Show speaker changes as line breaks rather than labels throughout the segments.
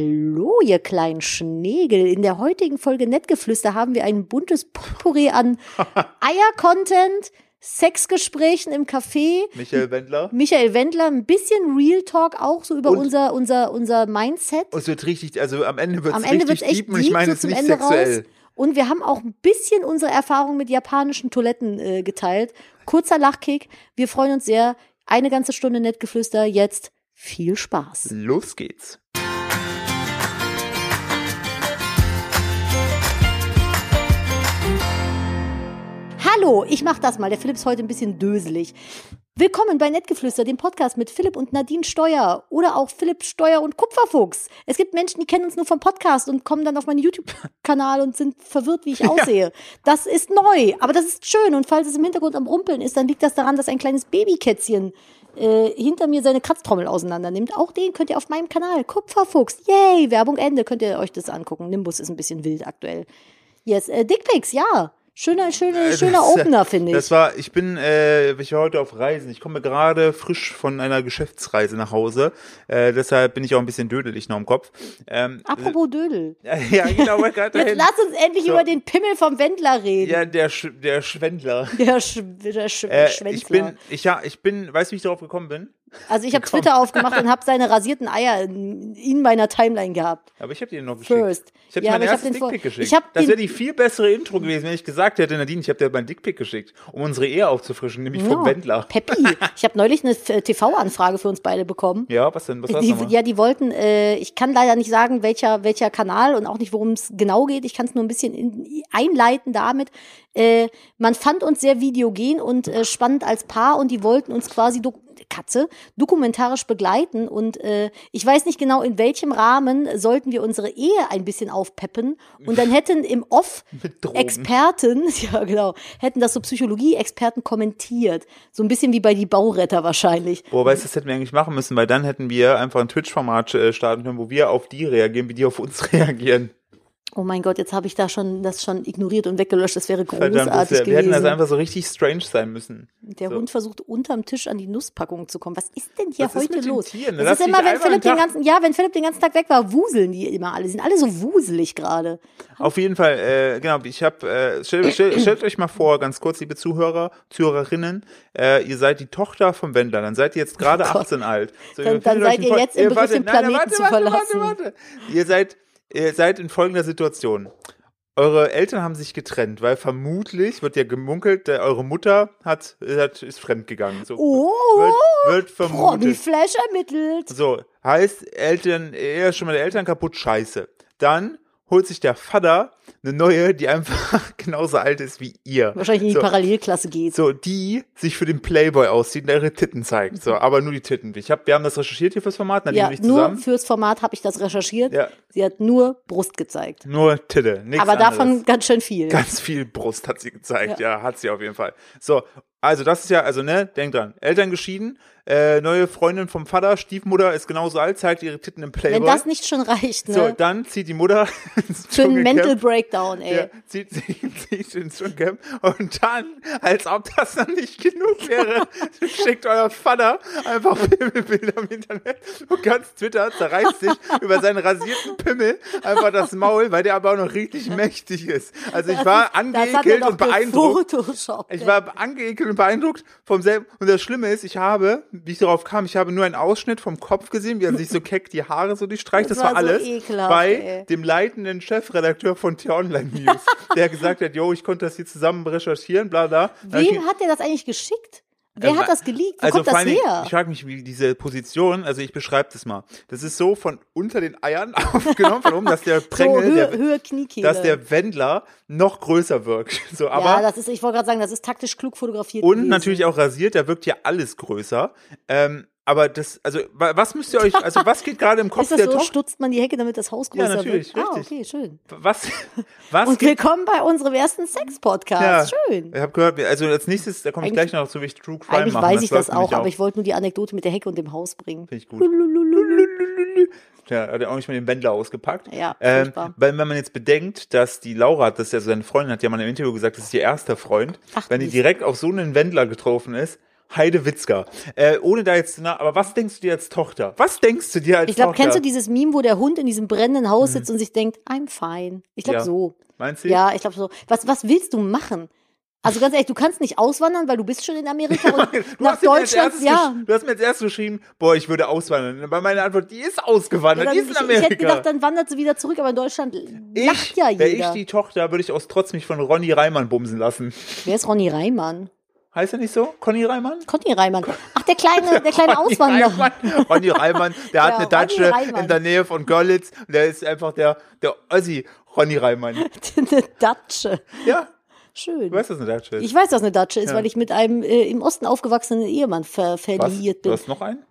Hallo, ihr kleinen Schnegel. In der heutigen Folge Nettgeflüster haben wir ein buntes Potpourri an Eier-Content, Sexgesprächen im Café,
Michael Wendler.
Michael Wendler, ein bisschen Real Talk auch so über
Und-
unser, unser, unser Mindset.
Und es wird richtig, also am Ende wird
Am
es
Ende wird
richtig
es echt
deep und ich
deep,
meine
so
es
zum
nicht
Ende raus.
sexuell.
Und wir haben auch ein bisschen unsere Erfahrung mit japanischen Toiletten äh, geteilt. Kurzer Lachkick. Wir freuen uns sehr. Eine ganze Stunde Nettgeflüster. Jetzt viel Spaß.
Los geht's.
Hallo, ich mach das mal. Der Philipp ist heute ein bisschen döselig. Willkommen bei Nettgeflüster, dem Podcast mit Philipp und Nadine Steuer oder auch Philipp Steuer und Kupferfuchs. Es gibt Menschen, die kennen uns nur vom Podcast und kommen dann auf meinen YouTube-Kanal und sind verwirrt, wie ich aussehe. Das ist neu, aber das ist schön. Und falls es im Hintergrund am Rumpeln ist, dann liegt das daran, dass ein kleines Babykätzchen äh, hinter mir seine Kratztrommel auseinander nimmt. Auch den könnt ihr auf meinem Kanal. Kupferfuchs. Yay, Werbung Ende. Könnt ihr euch das angucken. Nimbus ist ein bisschen wild aktuell. Yes, äh, Dickpics, ja. Schöner, schöner,
Äh,
schöner
das, äh,
Opener, finde ich.
Das war, ich bin, äh, ich war heute auf Reisen. Ich komme gerade frisch von einer Geschäftsreise nach Hause. Äh, deshalb bin ich auch ein bisschen dödelig noch im Kopf. Ähm,
Apropos Dödel.
äh, ja, genau, wollte gerade
Jetzt
dahin.
lass uns endlich
So.
über den Pimmel vom Wendler reden.
Ja, der, Sch der Schwendler.
Der, Sch der Sch
Äh,
Schwänzler.
ich bin, ich, ja, ich bin, weißt du, wie ich darauf gekommen bin?
also ich habe Twitter aufgemacht und habe seine rasierten Eier in, in meiner Timeline gehabt.
Aber ich habe dir noch geschickt.
First.
Ich habe
Ja,
dir
aber
mein
ich hab
erstes
den vor-
Dickpick geschickt.
ich hab
das
den-
wäre die viel bessere Intro gewesen, wenn ich gesagt hätte, Nadine, ich habe dir mein Dickpick geschickt, um unsere Ehe aufzufrischen, nämlich vom Wendler.
Peppi. Ich habe neulich eine äh, TV-Anfrage für uns beide bekommen.
Ja, was denn? Was war's
Die,
nochmal?
ja, die wollten, äh, ich kann leider nicht sagen, welcher, welcher Kanal und auch nicht, worum es genau geht. Ich kann es nur ein bisschen in, einleiten damit. Äh, man fand uns sehr videogen und äh, spannend als Paar und die wollten uns quasi, dok Katze, dokumentarisch begleiten. Und äh, ich weiß nicht genau, in welchem Rahmen sollten wir unsere Ehe ein bisschen aufpeppen. Und dann hätten im Off
Mit Drogen.
Experten, ja genau, hätten das so Psychologie-Experten kommentiert. So ein bisschen wie bei die Bauretter wahrscheinlich.
Boah, weißt du, das hätten wir eigentlich machen müssen, weil dann hätten wir einfach ein Twitch-Format äh, starten können, wo wir auf die reagieren, wie die auf uns reagieren.
Oh mein Gott, jetzt habe ich da schon das schon ignoriert und weggelöscht. Das wäre großartig
Verdammt, das wär, wir hätten
gewesen.
also einfach so richtig strange sein müssen.
Der
so.
Hund versucht unterm Tisch an die Nusspackung zu kommen. Was ist denn hier
Was ist
heute
mit den
los?
Tieren?
Das
Lass
ist
dich
immer, wenn
einmal
Philipp
am
den
Tag-
ganzen, ja, wenn Philipp den ganzen Tag weg war, wuseln die immer alle. Die Sind alle so wuselig gerade.
Auf jeden Fall, äh, genau, ich habe, äh, stellt, stellt, stellt euch mal vor, ganz kurz, liebe Zuhörer, Zuhörerinnen, äh, ihr seid die Tochter vom Wendler, dann seid ihr jetzt gerade
Oh Gott.
18 alt. So,
Dann-
ihr
dann
fühlt
seid
euch in Äh,
ihr
voll-
jetzt im Begriff, den Planeten zu verlassen.
Warte, warte, Ihr seid, ihr seid in folgender Situation. Eure Eltern haben sich getrennt, weil vermutlich wird ja gemunkelt, äh, eure Mutter hat, hat ist fremdgegangen. So
Oh,
wird, wird vermutet.
Promi-Flash ermittelt.
So, heißt Eltern, er ist schon mal der Eltern kaputt, scheiße. Dann holt sich der Vater eine neue, die einfach genauso alt ist wie ihr.
Wahrscheinlich in die
so,
Parallelklasse geht.
so, die sich für den Playboy auszieht und ihre Titten zeigt. So, aber nur die Titten. Ich hab, wir haben das recherchiert hier fürs Format, Nadine
Mhm. ja,
und ich
nur
zusammen.
fürs Format habe ich das recherchiert.
Ja.
Sie hat nur Brust gezeigt.
Nur Titte, nichts
Aber davon
anderes.
ganz schön viel.
Ganz viel Brust hat sie gezeigt, ja. hat sie auf jeden Fall. So, also das ist ja, also ne, denk dran, Eltern geschieden, äh, neue Freundin vom Vater, Stiefmutter ist genauso alt, zeigt ihre Titten im Playboy.
wenn das nicht schon reicht, ne?
So, dann zieht die Mutter ins
Für einen
Dschungelcamp.
Mental Breakdown, ey.
Ja, zieht, zieht, zieht ins Dschungelcamp. Und dann, als ob das noch nicht genug wäre, schickt euer Vater einfach Pimmelbilder im Internet. Und ganz Twitter zerreißt sich über seinen rasierten Pimmel einfach das Maul, weil der aber auch noch richtig mächtig ist. Also ich war
das hat er
angeekelt
doch
und beeindruckt.
Photoshop.
Ich war angeekelt und beeindruckt vom selben. Und das Schlimme ist, ich habe, wie ich darauf kam, ich habe nur einen Ausschnitt vom Kopf gesehen, wie er sich so keck die Haare so durchstreicht.
Das
Das,
war
war,
so
alles
ekelhaft,
bei
ey.
dem leitenden Chefredakteur von T-Online News, der gesagt hat, yo, ich konnte das hier zusammen recherchieren, bla bla. Dann hab ich
Wem hat der das eigentlich geschickt? Wer
Ähm,
hat das geleakt? Wo
also
kommt das
vor allen Dingen,
her?
Ich frage mich, wie diese Position, also ich beschreibe das mal. Das ist so von unter den Eiern aufgenommen, von oben, dass der
So
Prängel,
Höhe,
der,
Höhe Kniekehle.
dass der Wendler noch größer wirkt. So, aber
ja, das ist, ich wollte gerade sagen, das ist taktisch klug fotografiert.
Und
gewesen.
natürlich auch rasiert, da wirkt ja alles größer. Ähm, aber das, also, wa- was müsst ihr euch, also, was geht gerade im Kopf
Ist das
der
so,
Tochter?
stutzt man die Hecke, damit das Haus
Ja,
größer
natürlich,
wird? Ah,
richtig.
okay, schön.
Was, was
Und
geht?
willkommen bei unserem ersten Sex-Podcast. Schön.
Ich habe gehört, wir- also als nächstes, da komme ich
Eigentlich-
gleich noch zu, wie ich True Crime
Eigentlich
mache.
weiß ich
läuft
das auch,
nämlich
aber ich wollte nur die Anekdote mit der Hecke und dem Haus bringen.
Finde ich gut.
Lulululu.
Ja, hat er auch nicht mal den Wendler ausgepackt.
Ja,
ähm,
furchtbar.
Weil wenn man jetzt bedenkt, dass die Laura, das ist ja so seine Freundin, hat ja mal im Interview gesagt, das ist ihr erster Freund.
Ach,
wenn die
Mist.
direkt auf so einen Wendler getroffen ist, Heide Witzka. Äh, ohne da jetzt, na, aber was denkst du dir als Tochter? Was denkst du dir als
Ich glaube,
Tochter?
kennst du dieses Meme, wo der Hund in diesem brennenden Haus sitzt und sich denkt, I'm fine. Ich glaube
Mhm. Ja.
so.
Meinst du?
Ja, ich glaube so. Was, was willst du machen? Also ganz ehrlich, du kannst nicht auswandern, weil du bist schon in Amerika und
Du
nach
hast mir als
Deutschland,
erstes
ja.
gesch- Du hast mir als erstes geschrieben, boah, ich würde auswandern. Aber meine Antwort, die ist ausgewandert,
Ja,
die
dann-
ist
ich,
in Amerika.
ich hätte gedacht, dann wandert sie wieder zurück, aber in Deutschland lacht
ich,
ja
wäre ich
jeder.
die Tochter, würde ich aus Trotz mich von Ronny Reimann bumsen lassen.
Wer ist Ronny Reimann?
Heißt er nicht so? Conny Reimann?
Conny Reimann. Ach, der kleine, der kleine
Ronny
Auswanderer.
Reimann, Ronny Reimann, der hat
Ja,
eine
Ronny
Datsche
Reimann.
in der Nähe von Görlitz und der ist einfach der, der Ossi Ronny Reimann.
eine Datsche.
Ja,
Schön.
du weißt, dass eine Datsche ist.
Ich weiß, dass eine Datsche ist,
Ja.
weil ich mit einem äh, im Osten aufgewachsenen Ehemann ver
Was?
verliiert
Du
bin.
hast noch einen?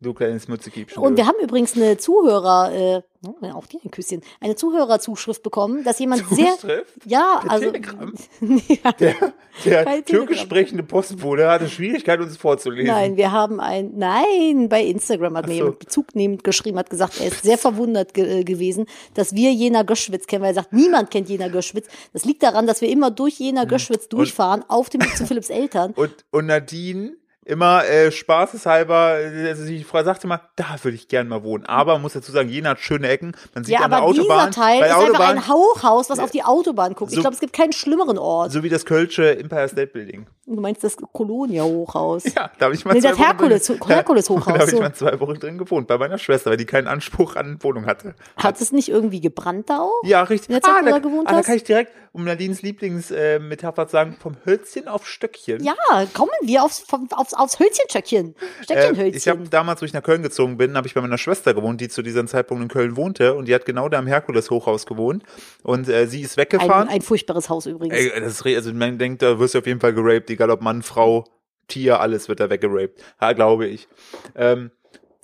Du kleines Mützekiebchen.
Hm? Und wir haben übrigens eine Zuhörer, äh, oh, auch dir ein Küsschen, eine Zuhörerzuschrift bekommen, dass jemand sehr,
Schrift?
ja,
Per
also,
Telegram?
ja,
Der,
Bei
der
Telegram.
türkisch sprechende Postbote hatte Schwierigkeit, uns vorzulesen.
nein, wir haben ein, nein, bei Instagram hat mir
so.
jemand bezugnehmend geschrieben, hat gesagt, er ist sehr verwundert ge äh, gewesen, dass wir Jena Göschwitz kennen, weil er sagt, niemand kennt Jena Göschwitz. Das liegt daran, dass wir immer durch Jena Göschwitz durchfahren, auf dem Weg zu Philipps Eltern.
Und, und Nadine immer äh, spaßeshalber, äh, also die Frau sagte mal, da würde ich gern mal wohnen. Aber man muss dazu sagen, Jena hat schöne Ecken. Man sieht
Ja,
an der
aber
Autobahn,
dieser Teil
bei
ist
der
einfach
Autobahn,
ein Hauchhaus, was auf die Autobahn guckt. ich
so-
glaube, es gibt keinen schlimmeren Ort.
so wie das Kölsche Empire State Building.
Du meinst das Kolonia-Hochhaus.
Ja, da habe ich mal
Nee,
zwei
das
Wochen
Herkules-
drin-
Herkules-Hochhaus,
Da habe ich
so.
mal zwei Wochen drin gewohnt, bei meiner Schwester, weil die keinen Anspruch an Wohnung hatte.
Hat es nicht irgendwie gebrannt da auch?
Ja, richtig.
Jetzt, wo du
da,
da gewohnt
ah, da
hast?
kann ich direkt, um Nadines Lieblingsmetapher äh, Metapher zu sagen, vom Hölzchen auf Stöckchen.
Ja, kommen wir aufs, vom, aufs, aufs Hölzchenstöckchen.
Äh, ich habe
Stöckchenhölzchen.
damals, wo ich nach Köln gezogen bin, habe ich bei meiner Schwester gewohnt, die zu diesem Zeitpunkt in Köln wohnte und die hat genau da im Herkules-Hochhaus gewohnt und äh, sie ist
ein,
weggefahren.
ein furchtbares Haus übrigens.
Ey, das ist, re- also man denkt, da wirst du auf jeden Fall geraped, egal ob Mann, Frau, Tier, alles wird da weggeraped. Ja, glaube ich. Ähm,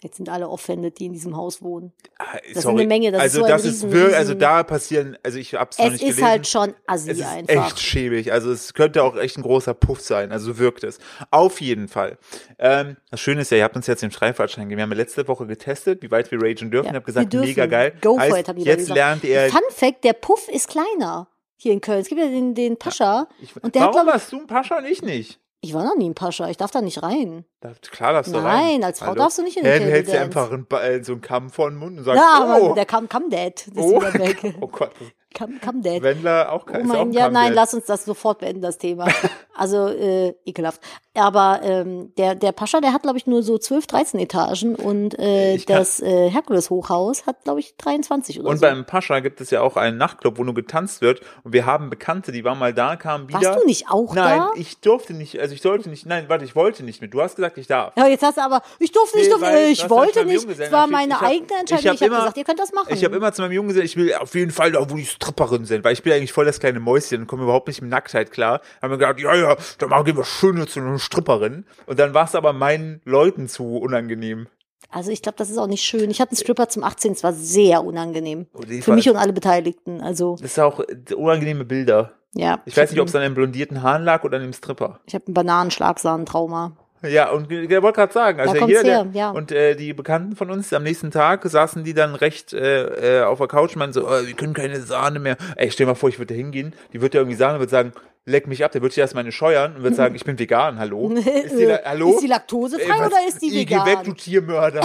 Jetzt sind alle offended, die in diesem Haus wohnen.
ah,
ist
sorry.
eine Menge, das ist
also
so ein
das
riesen-
ist wirklich, also
riesen-
da passieren, also ich hab's noch
Es ist
nicht gelesen.
halt schon assi
Es ist
einfach.
echt schäbig. Also es könnte auch echt ein großer Puff sein. Also wirkt es. Auf jeden Fall. Ähm, das Schöne ist ja, ihr habt uns jetzt den Streiffahrtschein gegeben. Wir haben ja letzte Woche getestet, wie weit wir ragen dürfen.
Ja,
Ich
wir
habe gesagt,
dürfen.
mega geil.
Go
heißt,
for it, haben die da
jetzt
gesagt.
lernt ihr.
Fun Fact, der Puff ist kleiner hier in Köln. Es gibt ja den, den Pascha.
Ich,
und der hat,
warum
glaub ich-
warst du ein Pascha und ich nicht?
Ich war noch nie im Pascha, ich darf da nicht rein.
Da, klar darfst du rein.
Nein, als Frau darfst du nicht in den
Hä, du hältst dir
Table Dance.
einfach einen, Ba- äh, so einen Kamm vor den Mund und sagst,
Ja, aber
oh,
Ah, der Come, come Dad ist
oh,
wieder weg.
oh Gott.
Come, come Dad.
Wendler auch kein
Oh
ist auch
mein,
ein
ja,
Kamm,
nein,
der-
lass uns das sofort beenden, das Thema. Also, äh, ekelhaft. Aber ähm, der, der Pascha, der hat, glaube ich, nur so 12, 13 Etagen und äh,
Ich kann-
das äh, Herkules-Hochhaus hat, glaube ich, 23 oder
Und
so.
beim Pascha gibt es ja auch einen Nachtclub, wo nur getanzt wird. Und wir haben Bekannte, die waren mal da, kamen wieder.
Warst du nicht auch
Nein,
da?
ich durfte nicht, also ich sollte nicht, nein, warte, ich wollte nicht mit. Du hast gesagt, ich darf.
ja, jetzt hast du aber, ich durfte nicht,
Nee,
durfte,
weil
äh, ich
das
wollte
hat beim
nicht. Es war
Junggesellenabschied-
meine
ich hab-
eigene Entscheidung. Ich
hab
habe hab
immer-
gesagt, ihr könnt das machen.
Ich habe immer zu meinem Jungen gesagt, ich will auf jeden Fall da, wo die Stripperinnen sind, weil ich bin eigentlich voll das kleine Mäuschen und komme überhaupt nicht mit Nacktheit klar. Haben wir gedacht, ja, ja, dann machen wir Schöne zu einer Stripperin. Und dann war es aber meinen Leuten zu unangenehm.
also ich glaube, das ist auch nicht schön. Ich hatte einen Stripper zum 18, es war sehr unangenehm.
Und Oh, die
Für
war-
mich und alle Beteiligten. Also,
Das sind auch äh, unangenehme Bilder.
ja.
Ich weiß nicht, ob es an einem blondierten Hahn lag oder an dem Stripper.
Ich habe einen Bananenschlagsahnentrauma.
Ja, und ge- der wollte gerade sagen, also
Da kommt's
jeder,
her,
der,
ja.
und äh, die Bekannten von uns am nächsten Tag saßen die dann recht äh, äh, auf der Couch und meinten so, oh, wir können keine Sahne mehr. Ey, stell dir mal vor, ich würde da hingehen, die würde da irgendwie sagen, würde sagen, leck mich ab, der würde sich erstmal eine scheuern und würde sagen, ich bin vegan, hallo. Ist die, la- hallo?
Äh, Ist die laktosefrei
Ey, was-
oder ist die
Ih,
vegan?
Geh weg, du Tiermörder.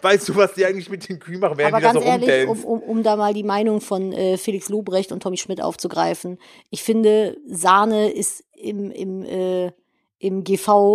weißt du, was die eigentlich mit den Kühen machen, während
Aber
die da
ganz
so
ehrlich, um,
rumdellen?
um, um da mal die Meinung von äh, Felix Lobrecht und Tommy Schmidt aufzugreifen, ich finde, Sahne ist im, im, äh, im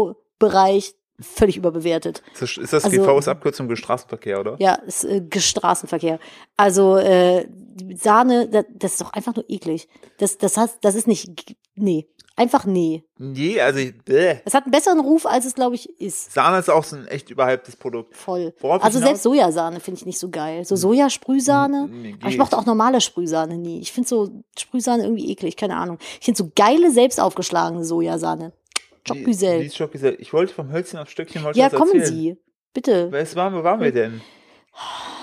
GV-Bereich völlig überbewertet.
Ist das- ist das
also-
GV ist Abkürzung für Straßenverkehr, oder?
Ja, ist äh, Ge- Straßenverkehr. Also äh, Sahne, das, das ist doch einfach nur eklig. Das, das, heißt, das ist nicht, g- nee, einfach nee.
Nee, also, ich- bäh.
Es hat einen besseren Ruf, als es, glaube ich, ist.
Sahne ist auch so ein echt überhyptes Produkt.
Voll.
Worauf ich
also
hinaus-
selbst Sojasahne finde ich nicht so geil. So Sojasprühsahne.
Mm, mm,
Aber ich
geht.
mochte auch normale Sprühsahne nie. Ich finde so Sprühsahne irgendwie eklig, keine Ahnung. Ich finde so geile, selbst aufgeschlagene Sojasahne.
Die,
Jobgüsel.
die Schockgesell. Ich wollte vom Hölzchen aufs Stöckchen wollte
Ja,
was
kommen
erzählen.
Sie. Bitte.
Was waren, wo waren wir denn?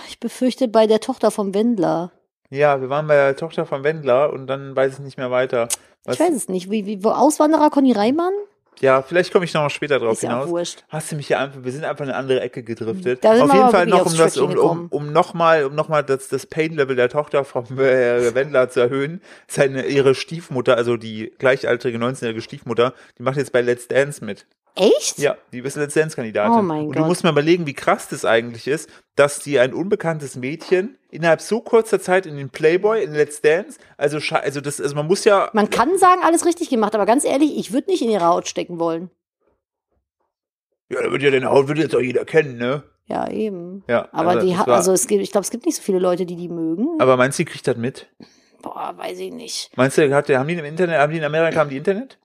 Ich befürchte bei der Tochter vom Wendler.
Ja, wir waren bei der Tochter von Wendler und dann weiß ich nicht mehr weiter. Was,
Ich weiß es nicht. Wie, wie, wo Auswanderer Conny Reimann?
Ja, vielleicht komme ich noch mal später drauf
Ist ja
hinaus.
wurscht.
Hast du mich ja einfach, wir sind einfach in eine andere Ecke gedriftet.
Da sind
Auf
wir
jeden
aber
Fall
wirklich
noch, um
aufs
das, um,
Stöckchen
um,
gekommen.
um nochmal, um noch mal das, das Pain-Level der Tochter vom äh, Wendler zu erhöhen. Seine, ihre Stiefmutter, also die gleichaltrige 19-jährige Stiefmutter, die macht jetzt bei Let's Dance mit.
Echt?
Ja, die bist Lizenzkandidatin.
Oh mein
und du
Gott.
musst mal überlegen, wie krass das eigentlich ist, dass die ein unbekanntes Mädchen innerhalb so kurzer Zeit in den Playboy, in Let's Dance, also, scha- also das, also man muss ja,
Man kann sagen, alles richtig gemacht, aber ganz ehrlich, ich würde nicht in ihre Haut stecken wollen.
ja, da wird ja deine Haut, würde jetzt auch jeder kennen, ne?
Ja, eben.
Ja.
Aber die,
das
ha-
war-
also es gibt, ich glaube, es gibt nicht so viele Leute, die die mögen.
aber meinst du, die kriegt das mit?
Boah, weiß ich nicht.
Meinst du, hat, der- haben die im Internet, haben die in Amerika, haben die Internet?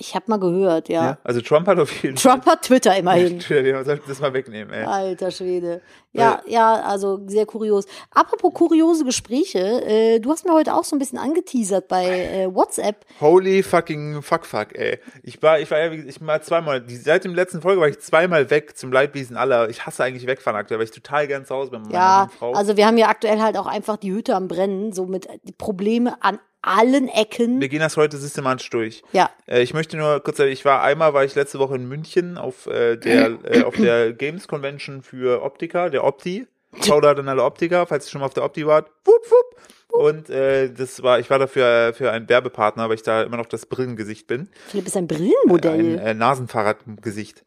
Ich habe mal gehört, ja.
Also Trump hat auf jeden
Trump hat Twitter immerhin.
Fall. Ja, sollte das mal wegnehmen, ey.
Alter Schwede. Ja, ja, also sehr kurios. Apropos kuriose Gespräche, äh, du hast mir heute auch so ein bisschen angeteasert bei äh, WhatsApp.
Holy fucking fuck fuck, ey. Ich war, ich war ja, wie gesagt, ich war zweimal, die, seit dem letzten Folge war ich zweimal weg zum Leidwesen aller. Ich hasse eigentlich wegfahren aktuell, weil ich total gern zu Hause bin mit meiner
Ja,
lieben Frau.
also wir haben ja aktuell halt auch einfach die Hütte am Brennen, so mit äh, die Probleme an allen Ecken.
wir gehen das heute systematisch durch.
Ja,
Äh, ich möchte nur kurz sagen, ich war einmal, war ich letzte Woche in München auf äh, der äh, auf der Games Convention für Optiker, der Opti. Shoutout an alle Optiker, falls ihr schon mal auf der Opti wart. Wupp, wupp. Und äh, das war, ich war dafür äh, für einen Werbepartner, weil ich da immer noch das Brillengesicht bin.
Philipp ist ein
Ein
Brillenmodell.
äh, Nasenfahrradgesicht.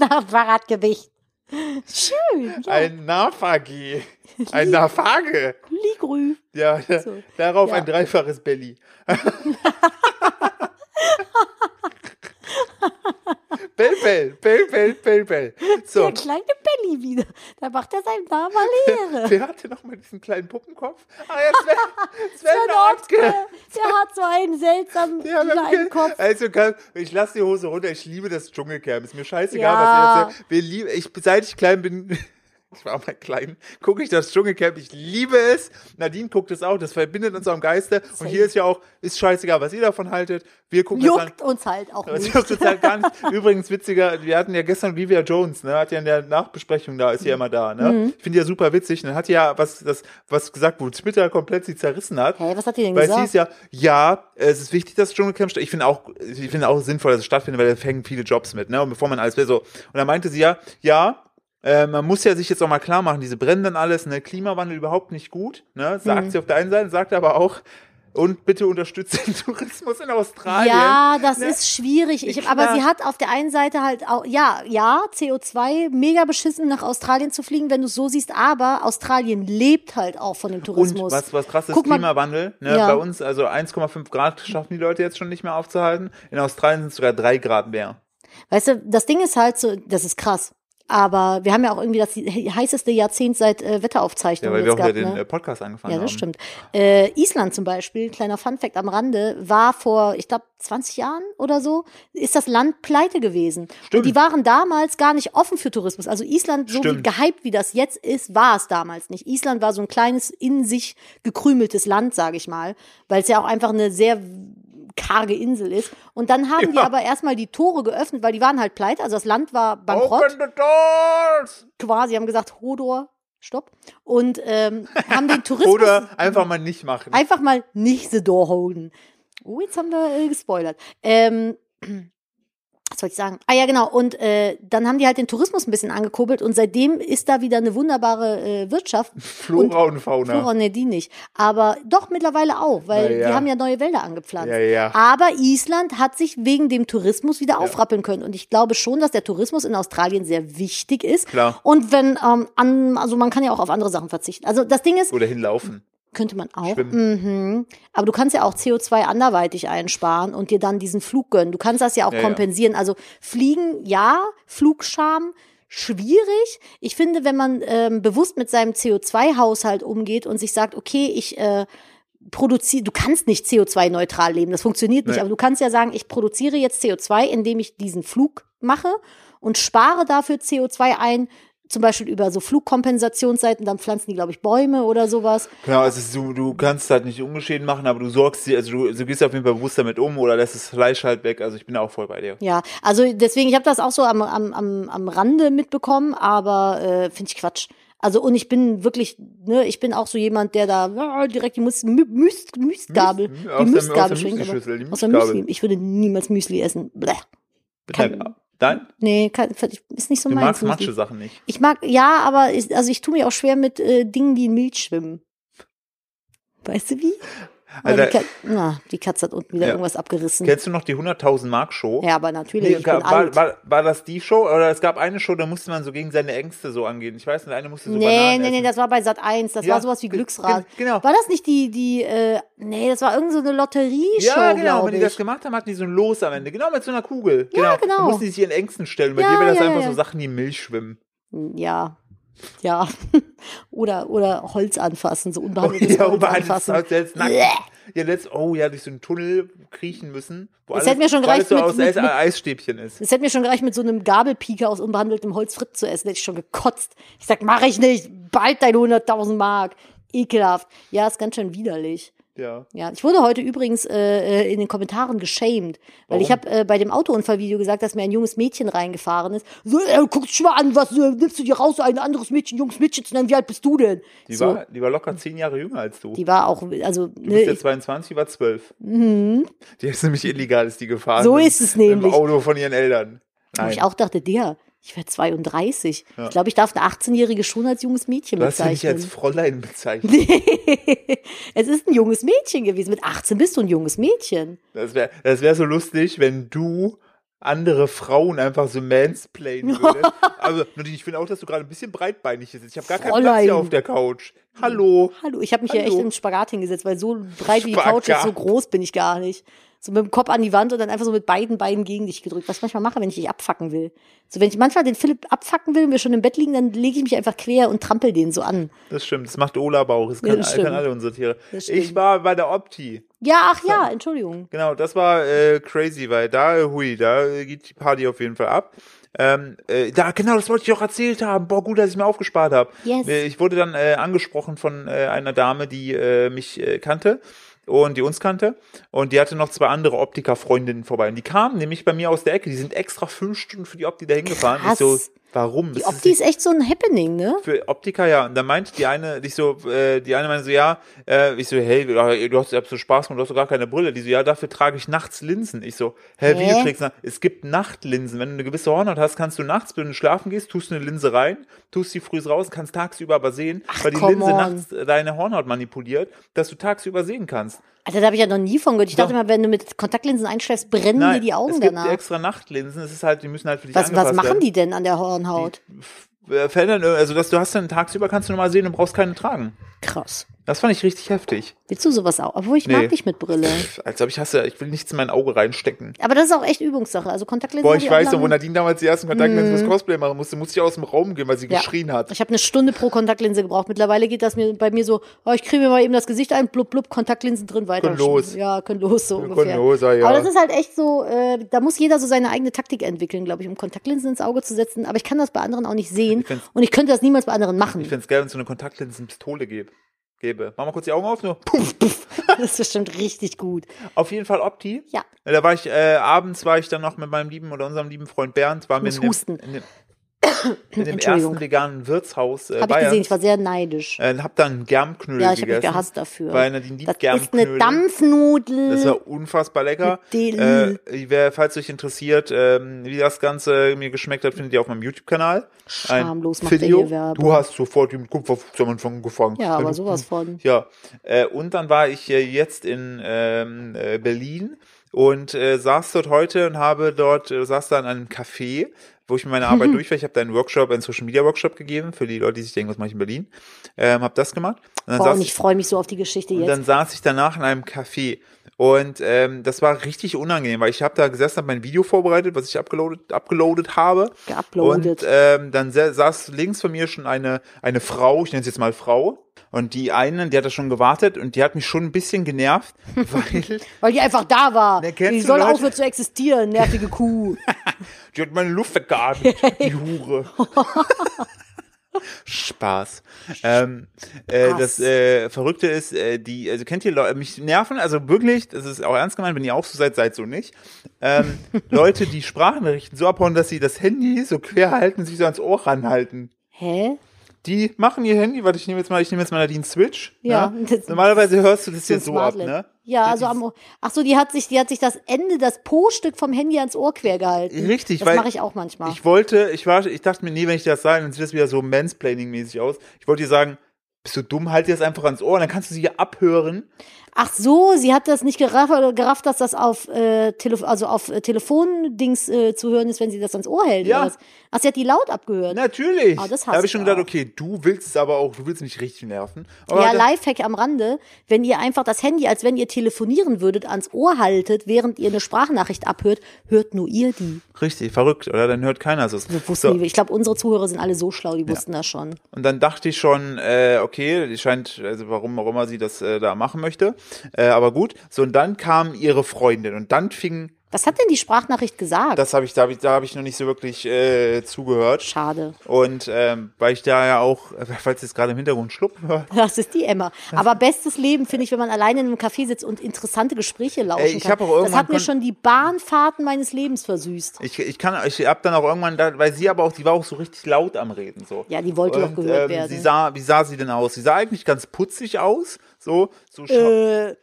Nach Fahrradgewicht. Schön. Ja,
Ein Nafagi. Ein Nafage.
Ligrü.
Ja, ja.
So.
darauf
Ja.
ein dreifaches Belly. Bell, bell, bell, bell, bell, bell. So,
Der kleine Belly wieder. Da macht er seinen Namen Lehre.
wer hatte nochmal diesen kleinen Puppenkopf? Ah, ja, Sven, Sven,
Der,
Nordke.
der hat so einen seltsamen
Ja,
kleinen Kopf.
Also, kann- ich lasse die Hose runter. Ich liebe das Dschungelcamp. Ist mir scheißegal,
Ja.
was ihr jetzt sagt. Wir lieben, ich, seit ich klein bin, ich war mal klein, gucke ich das Dschungelcamp. Ich liebe es. Nadine guckt es auch. Das verbindet uns am Geiste. Und hier ist ja auch, ist scheißegal, was ihr davon haltet. Wir gucken das an.
Juckt uns halt auch
Aber es
nicht.
juckt uns halt gar nicht. Übrigens witziger, wir hatten ja gestern Olivia Jones, ne, hat ja in der Nachbesprechung da, ist ja immer da, ne.
Mhm.
Ich finde die ja super witzig. Und dann hat die ja was, das, was gesagt, wo Twitter komplett sie zerrissen hat.
Hä, was hat die denn
Weil
gesagt?
sie ist ja, ja, es ist wichtig, dass Dschungelcamp stattfindet. Ich finde auch, ich finde auch sinnvoll, dass es stattfindet, weil da hängen viele Jobs mit, ne? Und bevor man alles will, so. Und dann meinte sie ja, ja, äh, man muss ja sich jetzt auch mal klar machen, diese brennen dann alles, ne? Klimawandel überhaupt nicht gut, ne?
Hm.
Sagt sie auf der einen Seite, sagt aber auch, und bitte unterstützt den Tourismus in Australien.
Ja, das
Ne?
ist schwierig. Ich,
Nicht
aber
klar.
sie hat auf der einen Seite halt auch, ja, ja, CO2, mega beschissen nach Australien zu fliegen, wenn du es so siehst, aber Australien lebt halt auch von dem
Und
Tourismus.
was, was krass ist,
Guck mal-
Klimawandel. Ne?
Ja.
Bei uns, also 1,5 Grad schaffen die Leute jetzt schon nicht mehr aufzuhalten. In Australien sind es sogar 3 Grad mehr.
Weißt du, das Ding ist halt so, das ist krass. Aber wir haben ja auch irgendwie das heißeste Jahrzehnt seit äh,
Ja,
Wetteraufzeichnungen
weil wir
jetzt
auch wieder
gehabt,
den
ne?
äh, Podcast angefangen
Ja, das
haben.
stimmt. Äh, Island zum Beispiel, kleiner Funfact am Rande, war vor, ich glaube, 20 Jahren oder so, ist das Land pleite gewesen.
Stimmt.
Und die waren damals gar nicht offen für Tourismus. Also Island, so wie
Stimmt.
gehypt wie das jetzt ist, war es damals nicht. Island war so ein kleines, in sich gekrümeltes Land, sage ich mal, weil es ja auch einfach eine sehr karge Insel ist. Und dann haben die
Ja.
aber erstmal die Tore geöffnet, weil die waren halt pleite. Also das Land war bankrott
Open the doors!
quasi, haben gesagt, Hodor, stopp. Und ähm, haben den Tourismus
Oder einfach mal nicht machen.
einfach mal nicht the door holden. Oh, jetzt haben wir äh, gespoilert. Ähm, was wollte ich sagen? Ah ja, genau. Und äh, dann haben die halt den Tourismus ein bisschen angekurbelt und seitdem ist da wieder eine wunderbare äh, Wirtschaft.
Flora und, Fauna.
Flora, ne, die nicht. Aber doch mittlerweile auch, weil
Na ja.
die haben ja neue Wälder angepflanzt.
Ja, ja.
Aber Island hat sich wegen dem Tourismus wieder aufrappeln können. Und ich glaube schon, dass der Tourismus in Australien sehr wichtig ist.
Klar.
Und wenn, ähm, an, also man kann ja auch auf andere Sachen verzichten. Also das Ding ist,
Oder hinlaufen.
könnte man auch. Mhm.
Schwimmen.
Aber du kannst ja auch CO2 anderweitig einsparen und dir dann diesen Flug gönnen. Du kannst das ja auch
Ja, ja.
kompensieren. Also fliegen, ja, Flugscham, schwierig. Ich finde, wenn man ähm, bewusst mit seinem CO2-Haushalt umgeht und sich sagt, okay, ich äh, produziere, du kannst nicht CO2-neutral leben, das funktioniert nicht,
Nee.
aber du kannst ja sagen, ich produziere jetzt CO2, indem ich diesen Flug mache und spare dafür CO2 ein. Zum Beispiel über so Flugkompensationsseiten, dann pflanzen die, glaube ich, Bäume oder sowas.
Genau, also es ist, du, du kannst es halt nicht ungeschehen machen, aber du sorgst dir, also du, du gehst auf jeden Fall bewusst damit um oder lässt das Fleisch halt weg. Also ich bin auch voll bei dir.
Ja, also deswegen, ich habe das auch so am, am, am, am Rande mitbekommen, aber äh, finde ich Quatsch. Also und ich bin wirklich, ne, ich bin auch so jemand, der da ja, direkt die Müs- Mü- Müst- Müstgabel,
Müs-
die
aus der- aus
Müstgabel
der
schwingt. aber-
Müslischüssel, die
Aus der
Müstgabel.
Müsli. Ich würde niemals Müsli essen. Blech. Kann-
Nein, Nein,
Nee, kann, ist nicht so
du
meins.
magst
Müsli.
manche Sachen nicht.
Ich mag, ja, aber ich, also ich tue mir auch schwer mit äh, Dingen, die in Milch schwimmen. Weißt du wie? Weil
Alter,
die, Kat na, die Katze hat unten wieder
Ja.
irgendwas abgerissen.
kennst du noch die 100.000 Mark Show?
ja, aber natürlich,
Nee,
ich bin
war, war,
alt.
war, das die Show? Oder es gab eine Show, da musste man so gegen seine Ängste so angehen. Ich weiß nicht, eine musste so
Nee,
Bananen
nee, nee,
essen.
das war bei Sat 1, das
Ja,
war sowas wie
ge-
Glücksrad.
gen- genau.
War das nicht die, die, äh, nee, das war irgend so eine Lotterieshow,
Ja, genau.
glaube
Wenn die
ich.
das gemacht haben, hatten die so ein Los am Ende. Genau, mit so einer Kugel.
Ja,
Da
genau.
mussten die sich ihren Ängsten stellen. Bei
Ja,
dir wäre das
ja,
einfach
ja.
so Sachen, die in Milch schwimmen.
Hm, ja, ja. oder, oder Holz anfassen, so unbehandeltes
ja,
Holz
über einen
anfassen.
Tag selbst nackt.
Bleh.
Ja, letzt, oh ja, durch so einen Tunnel kriechen müssen. Wo
Das hätte mir schon
wo
gereicht
alles so
mit-
aus
mit-
Eis,
mit-
Eisstäbchen ist.
Es hätte mir schon gereicht, mit so einem Gabelpieker aus unbehandeltem Holz Fritt zu essen, hätte ich schon gekotzt. Ich sag, mache ich nicht, bald deine 100.000 Mark. Ekelhaft. Ja, ist ganz schön widerlich.
Ja.
Ja, ich wurde heute übrigens äh, äh, in den Kommentaren geschämt, weil ich habe
Warum?
äh, bei dem Autounfallvideo gesagt, dass mir ein junges Mädchen reingefahren ist. So, äh, guck dich mal an, was äh, nimmst du dir raus, ein anderes Mädchen, junges Mädchen zu nennen? Wie alt bist du denn?
Die,
so,
war, die war locker zehn Jahre jünger als du.
die war auch, also
du bist
ne,
ja
ich,
22, die war 12. Die ist nämlich illegal, ist die gefahren.
Mhm. So
mit-
ist es
Im
nämlich.
Auto von ihren Eltern.
wo
Nein.
ich auch dachte, der, ich wäre 32.
Ja.
Ich glaube, ich darf eine 18-Jährige schon als junges Mädchen
du hast ja nicht
bezeichnen.
als Fräulein bezeichnet.
es ist ein junges Mädchen gewesen. Mit 18 bist du ein junges Mädchen.
Das wäre das wär so lustig, wenn du andere Frauen einfach so mansplainen würdest. also, Nadine, ich finde auch, dass du gerade ein bisschen breitbeinig sitzt. Ich habe gar keinen Platz
Fräulein.
hier auf der Couch. Hallo.
Hallo, ich habe mich ja
Hallo.
echt in den Spagat hingesetzt, weil so breit wie die Couch ist,
Spagat.
so groß bin ich gar nicht. So mit dem Kopf an die Wand und dann einfach so mit beiden Beinen gegen dich gedrückt. Was ich manchmal mache, wenn ich dich abfacken will. So, wenn ich manchmal den Philipp abfacken will und wir schon im Bett liegen, dann lege ich mich einfach quer und trampel den so an.
Das stimmt, das macht Ola Bauch. Das
Ja,
kann,
das
kann
stimmt.
alle unsere Tiere.
Das stimmt.
Ich war bei der Opti.
Ja, ach ja, Entschuldigung.
Genau, das war äh, crazy, weil da, äh, hui, da äh, geht die Party auf jeden Fall ab. Ähm, äh, da, genau, das wollte ich auch erzählt haben. Boah, gut, dass ich mir aufgespart habe.
Yes.
Äh, Ich wurde dann äh, angesprochen von äh, einer Dame, die äh, mich äh, kannte und die uns kannte. Und die hatte noch zwei andere Optikerfreundinnen vorbei. Und die kamen nämlich bei mir aus der Ecke. Die sind extra fünf Stunden für die Opti dahin gefahren. Ich
Krass.
so, warum?
Die
Das
Opti ist echt so ein Happening, ne?
für Optiker, ja. Und dann meinte die eine, ich so, äh, die eine meinte so, ja, äh, ich so, hey, du hast, du hast so Spaß gemacht, du hast doch gar keine Brille. Die so, ja, dafür trage ich nachts Linsen. Ich so, hä, wie
Hä?
du trägst na- Es gibt Nachtlinsen. Wenn du eine gewisse Hornhaut hast, kannst du nachts, wenn du schlafen gehst, tust du eine Linse rein, tust sie früh raus, kannst tagsüber aber sehen, weil die
come
Linse
on.
nachts äh, deine Hornhaut manipuliert, dass du tagsüber sehen kannst.
Alter, da habe ich ja noch nie von gehört. Ich dachte
Doch.
immer, wenn du mit Kontaktlinsen einschläfst, brennen dir die Augen
es gibt
danach.
extra Nachtlinsen. Es ist halt, die müssen halt für dich
Was,
angepasst
was machen
werden.
die denn an der Hornhaut?
Äh, Verändern, also dass du hast dann tagsüber kannst du nochmal sehen und brauchst keine tragen.
Krass.
Das fand ich richtig heftig.
Willst du sowas auch? Obwohl ich
Nee.
mag dich mit Brille.
Pff, Als ob ich hasse, ich will nichts in mein Auge reinstecken.
Aber das ist auch echt Übungssache. Also Kontaktlinsen.
Boah,
hab
ich
auch
weiß noch,
lange-
wo Nadine damals die ersten Kontaktlinsen fürs Cosplay machen musste, musste ich aus dem Raum gehen, weil sie
Mhm. Ja.
geschrien hat.
Ich habe eine Stunde pro Kontaktlinse gebraucht. Mittlerweile geht das mir bei mir so, oh, ich kriege mir mal eben das Gesicht ein, blub, blub, Kontaktlinsen drin weiter.
Können los.
Ja, können los so
können
ungefähr.
los, ja, ja.
Aber das ist halt echt so, äh, da muss jeder so seine eigene Taktik entwickeln, glaube ich, um Kontaktlinsen ins Auge zu setzen. Aber ich kann das bei anderen auch nicht sehen
Ich find's-
und ich könnte das niemals bei anderen
Ich
machen.
find's geil, wenn es so eine Kontaktlinsenpistole gäbe. gäbe. Mach mal kurz die Augen auf, nur puff.
Das ist bestimmt richtig gut.
Auf jeden Fall Opti.
Ja.
Da war ich, äh, abends war ich dann noch mit meinem lieben oder unserem lieben Freund Bernd, waren wir
muss
in dem,
husten.
in dem, in dem
Entschuldigung.
ersten veganen Wirtshaus äh,
Habe ich
Bayerns.
gesehen, ich war sehr neidisch.
äh, hab dann Germknödel
ja, ich habe mich
gegessen.
gehasst dafür.
Weil Nadine
das
liebt
ist eine
Germknödel.
Dampfnudel.
Das war unfassbar lecker.
Mit
Äh,
Dill.
wer, falls euch interessiert, ähm, wie das Ganze mir geschmeckt hat, findet ihr auf meinem YouTube-Kanal. Ein
Schamlos macht er
Video.
hier Werbung.
Du hast sofort mit Kupferfuchs am Anfang gefangen.
ja, aber sowas von.
Ja, äh, und dann war ich äh, jetzt in ähm, äh, Berlin und äh, saß dort heute und habe dort, äh, saß da in einem Café, wo ich mir meine Arbeit durch war. Ich habe da einen Workshop, einen Social Media Workshop gegeben, für die Leute, die sich denken, was mache ich in Berlin. Ähm, habe das gemacht. Und dann
Boah,
saß
und
ich-
ich freue mich so auf die Geschichte
und
jetzt.
dann saß ich danach in einem Café. Und ähm, das war richtig unangenehm, weil ich habe da gesessen, habe mein Video vorbereitet, was ich abgeloadet, abgeloadet habe.
Geuploadet.
Und ähm, dann sa- saß links von mir schon eine, eine Frau, ich nenne sie jetzt mal Frau. Und die eine, die hat da schon gewartet und die hat mich schon ein bisschen genervt, weil
Weil die einfach da war.
Ne, kennst
die
du
soll
Leute-
aufhören zu existieren, nervige Kuh.
die hat meine Luft weggeatmet, die Hure. Spaß. Ähm, äh,
Spaß.
das äh, Verrückte ist, äh, die, also kennt ihr Leute, mich nerven, also wirklich, das ist auch ernst gemeint, wenn ihr auch so seid, seid so nicht. Ähm, Leute, die Sprachnachrichten so abhauen, dass sie das Handy so quer halten, sich so ans Ohr ranhalten.
Hä?
Die machen ihr Handy, warte, ich nehme jetzt mal, ich nehme jetzt mal Nadine Switch.
Ja,
ne?
das-
Normalerweise hörst du das hier so ab,
Smartlet.
ne?
Ja, also am Ohr. Ach so, die hat sich, die hat sich das Ende, das Po-Stück vom Handy ans Ohr quer gehalten.
Richtig,
Das
weil
mache ich auch manchmal.
Ich wollte, ich war, ich dachte mir, nee, wenn ich das sage, dann sieht das wieder so mansplaining-mäßig aus. Ich wollte dir sagen, bist du dumm, halt dir das einfach ans Ohr, dann kannst du sie ja abhören.
Ach so, sie hat das nicht gerafft, gerafft dass das auf, äh, Telef also auf äh, Telefondings äh, zu hören ist, wenn sie das ans Ohr hält.
Ja. Ne,
oder was? Ach, sie hat die laut abgehört.
Natürlich.
Ah, das
da
hasse
habe ich schon
ich
gedacht,
auch.
okay, du willst es aber auch, du willst mich richtig nerven. Aber
Ja,
da-
Lifehack am Rande, wenn ihr einfach das Handy, als wenn ihr telefonieren würdet, ans Ohr haltet, während ihr eine Sprachnachricht abhört, hört nur ihr die.
Richtig, verrückt, oder? Dann hört keiner so.
Wir wussten,
so.
die- ich glaube, unsere Zuhörer sind alle so schlau, die wussten das schon.
Und dann dachte ich schon, äh, okay, die scheint, also warum auch immer sie das äh, da machen möchte. Äh, aber gut. So, und dann kam ihre Freundin und dann fing,
Was hat denn die Sprachnachricht gesagt?
das habe ich, da habe ich, da habe ich noch nicht so wirklich äh, zugehört.
Schade.
Und ähm, weil ich da ja auch, äh, falls jetzt gerade im Hintergrund schluppen hört,
Das ist die Emma. Aber bestes Leben finde ich, wenn man alleine in einem Café sitzt und interessante Gespräche lauschen
ich
kann.
hab auch irgendwann
das hat mir
kon-
schon die Bahnfahrten meines Lebens versüßt.
ich, ich kann, ich hab dann auch irgendwann, da, weil sie aber auch, die war auch so richtig laut am Reden, so. ähm,
Ja, die wollte doch gehört werden.
Sie sah, wie sah sie denn aus? Sie sah eigentlich ganz putzig aus, so, so scha-
Äh,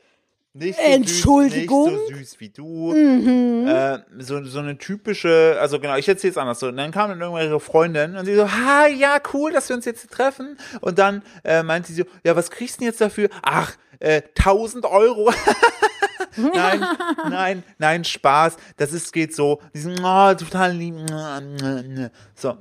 nicht
Entschuldigung? Mhm.
Süß, nicht so süß wie du. Äh, so, so eine typische, also genau, ich erzähle es anders. So, und dann kam dann irgendwann ihre Freundin und sie so, ha, ja, cool, dass wir uns jetzt treffen. Und dann äh, meint sie so, ja, was kriegst du denn jetzt dafür? Ach, äh, 1000 Euro. nein, nein, nein, Spaß. Das ist, geht so. Die sind, oh, total lieb. So.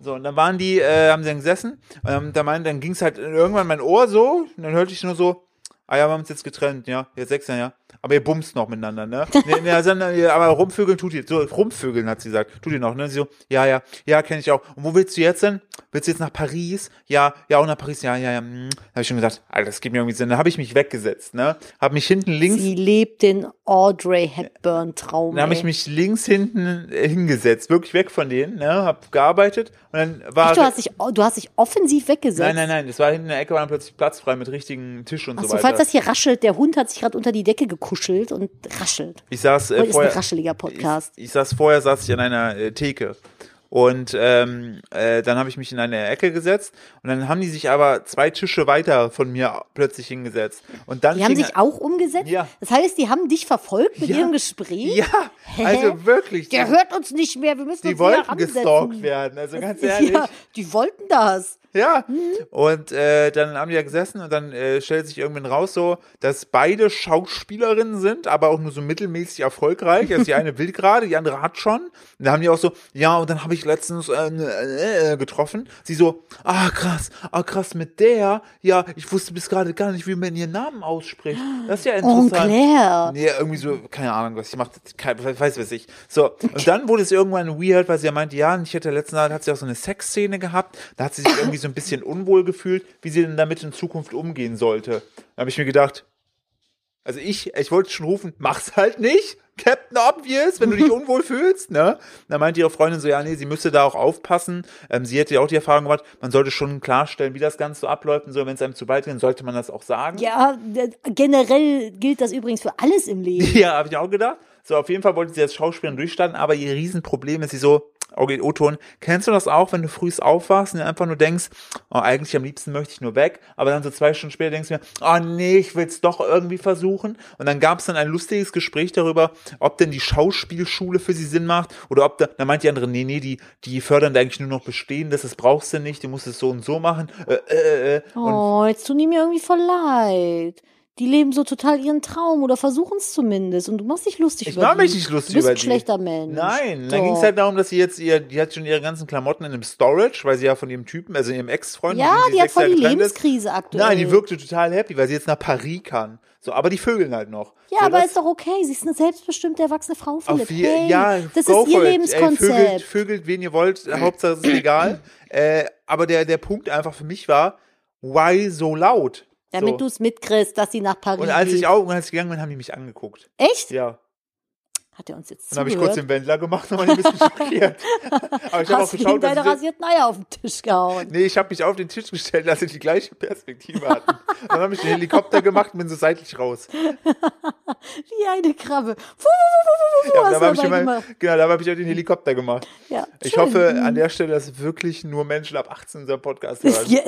So, und dann waren die, äh, haben sie dann gesessen. Ähm, da meinte, dann ging es halt irgendwann mein Ohr so. Und dann hörte ich nur so, ah ja, wir haben uns jetzt getrennt, ja, jetzt sechs Jahre, ja. Aber ihr bumst noch miteinander, ne? nee, nee, also, nee, aber rumvögeln tut ihr, so rumvögeln hat sie gesagt, tut ihr noch, ne? Sie so, ja, ja, ja, kenne ich auch. Und wo willst du jetzt denn? Willst du jetzt nach Paris? Ja, ja, auch nach Paris, ja, ja, ja. Hm. Da habe ich schon gedacht, Alter, das gibt mir irgendwie Sinn. Da habe ich mich weggesetzt, ne? Habe mich hinten links
sie lebt den Audrey Hepburn-Traum.
dann habe
ey.
ich mich links hinten äh, hingesetzt, wirklich weg von denen, ne? Hab gearbeitet und dann war.
Ach, du, hast dich, du hast dich offensiv weggesetzt.
nein, nein, nein, das war hinten in der Ecke, war dann plötzlich Platz frei mit richtigen Tisch und
Achso,
so
falls
weiter.
das hier raschelt, der Hund hat sich gerade unter die Decke gekuschelt und raschelt.
Ich saß
Heute
äh,
Oh, ist ein
vorher.
rascheliger Podcast.
Ich, ich saß vorher, saß ich an einer äh, Theke. Und ähm, äh, dann habe ich mich in eine Ecke gesetzt und dann haben die sich aber zwei Tische weiter von mir plötzlich hingesetzt. Und dann
Die haben
fing-
sich auch umgesetzt?
Ja.
Das heißt, die haben dich verfolgt mit
Ja.
ihrem Gespräch?
Ja, also wirklich.
Der hört uns nicht mehr, wir müssen
die
uns wieder
wollten
ransetzen.
gestalkt werden, also ganz ehrlich.
Ja, die wollten das.
Ja.
Mhm.
Und äh, dann haben die da gesessen und dann äh, stellt sich irgendwann raus, so, dass beide Schauspielerinnen sind, aber auch nur so mittelmäßig erfolgreich. Also die eine will gerade, die andere hat schon. Und da haben die auch so, ja, und dann habe ich letztens äh, äh, äh, getroffen. Sie so, ah krass, ah krass, mit der, ja, ich wusste bis gerade gar nicht, wie man ihren Namen ausspricht. Das ist ja
Oh,
interessant.
Claire.
Nee, irgendwie so, keine Ahnung, was ich mache, weiß was ich. So, und dann wurde es irgendwann weird, weil sie ja meinte, ja, und ich hätte letzten Mal, hat sie auch so eine Sexszene gehabt, da hat sie sich irgendwie so ein bisschen unwohl gefühlt, wie sie denn damit in Zukunft umgehen sollte. Da habe ich mir gedacht, also ich, ich wollte schon rufen, mach's halt nicht, Captain Obvious, wenn du dich unwohl fühlst, ne? Da meinte ihre Freundin so, ja, nee, sie müsste da auch aufpassen. Ähm, sie hätte ja auch die Erfahrung gemacht, man sollte schon klarstellen, wie das Ganze so abläuft und so, wenn es einem zu weit geht, sollte man das auch sagen.
Ja, d- generell gilt das übrigens für alles im Leben.
Ja, habe ich auch gedacht. So, auf jeden Fall wollte sie als Schauspielerin durchstarten, aber ihr Riesenproblem ist sie so, okay, O-Ton, kennst du das auch, wenn du früh aufwachst und dann einfach nur denkst, oh, eigentlich am liebsten möchte ich nur weg, aber dann so zwei Stunden später denkst du mir, oh nee, ich will's doch irgendwie versuchen. Und dann gab's dann ein lustiges Gespräch darüber, ob denn die Schauspielschule für sie Sinn macht oder ob da, da meint die andere, nee, nee, die, die fördern da eigentlich nur noch bestehen, das, das brauchst du nicht, du musst es so und so machen. Äh, äh, äh. Und
Oh, jetzt tun die mir irgendwie voll leid. Die leben so total ihren Traum oder versuchen es zumindest. Und du machst dich lustig
Ich
über
mach
die.
mich nicht lustig
du bist
über
ein
die.
schlechter Mensch.
Nein,
Doch.
dann ging es halt darum, dass sie jetzt ihr, die hat schon ihre ganzen Klamotten in einem Storage, weil sie ja von ihrem Typen, also ihrem Ex-Freund, mit
Ja,
dem sie
die hat
sechs
voll
Jahre
die
getrennt ist.
Lebenskrise aktuell.
Nein, die wirkte total happy, weil sie jetzt nach Paris kann. So, aber die vögeln halt noch.
Ja,
so,
aber
das-
ist doch okay. Sie ist eine selbstbestimmte erwachsene Frau, Philipp.
auf je,
hey,
ja,
das
go
ist ihr
for it.
Lebenskonzept.
Ey, vögelt, vögelt, wen ihr wollt, Hauptsache es ist egal. Äh, aber der, der Punkt einfach für mich war, why so laut?
Damit du
so.
es mitkriegst, dass sie nach Paris
Und als ich
geht.
auch, und als ich gegangen bin, haben die mich angeguckt.
Echt?
Ja.
Hat er uns jetzt
Dann habe
zugehört?
ich kurz den Wendler gemacht und war ein bisschen schockiert. Aber ich habe auch
Hast du ihm
geschaut, dass
deine
ich,
rasierten Eier auf den Tisch gehauen?
Nee, ich habe mich auf den Tisch gestellt, dass sie die gleiche Perspektive hatten. Dann habe ich den Helikopter gemacht und bin so seitlich raus.
Wie eine Krabbe. Fu, fu, fu, fu, fu, fu,
Ja,
hast
da
du
habe ich
dabei
immer,
gemacht.
genau, da habe ich auch den Helikopter gemacht.
Ja,
Ich
schön.
hoffe an der Stelle, dass wirklich nur Menschen ab 18 unseren Podcast hören.
Ja,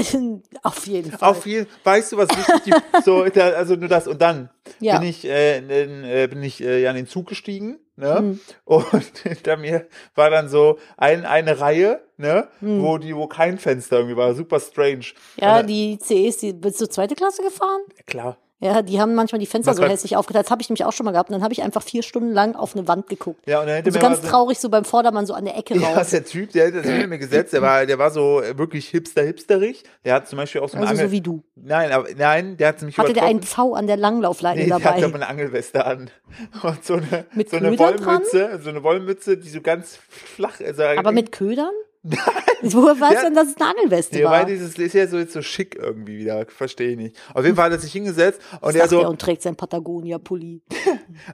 auf jeden Fall.
Auf jeden weißt du, was wichtig ist? So, da, also nur das. Und dann
Ja.
bin ich, äh, in, den, äh, bin ich äh, ja in den Zug gestiegen, ne?
Hm.
Und hinter mir war dann so ein, eine Reihe, ne? Wo die, wo kein Fenster irgendwie war. Super strange.
Hm. ja,
Und
die CEs, die, bist du zweite Klasse gefahren?
dann, klar.
Ja, die haben manchmal die Fenster
Was
so
bei-
hässlich aufgeteilt. Das habe ich nämlich auch schon mal gehabt. Und dann habe ich einfach vier Stunden lang auf eine Wand geguckt.
Ja, und dann hätte
und so
mir
Also ganz
mal so-
traurig so beim Vordermann so an der Ecke
Ja,
raus.
ist der Typ, der hat das hinter mir gesetzt, der war, der war so äh, wirklich hipster-hipsterig. Der hat zum Beispiel auch so eine
Also so
Angel.
wie du.
nein, aber, nein, der hat nämlich
Hatte der einen
übertroffen.
Pfau an der Langlaufleine
Nee, der hat,
dabei?
glaube eine Angelweste an. Und so eine,
Mit
so eine
Ködern dran?
Wollmütze, so eine Wollmütze, die so ganz flach ist. Also,
Aber mit Ködern? Woher weißt
Der-
du denn, dass es eine Angelweste
Nee,
war?
weil dieses ist ja so jetzt so schick irgendwie wieder, verstehe ich nicht. Auf jeden Fall hat er sich hingesetzt und er
Sagt
so,
er und trägt sein Patagonia-Pulli.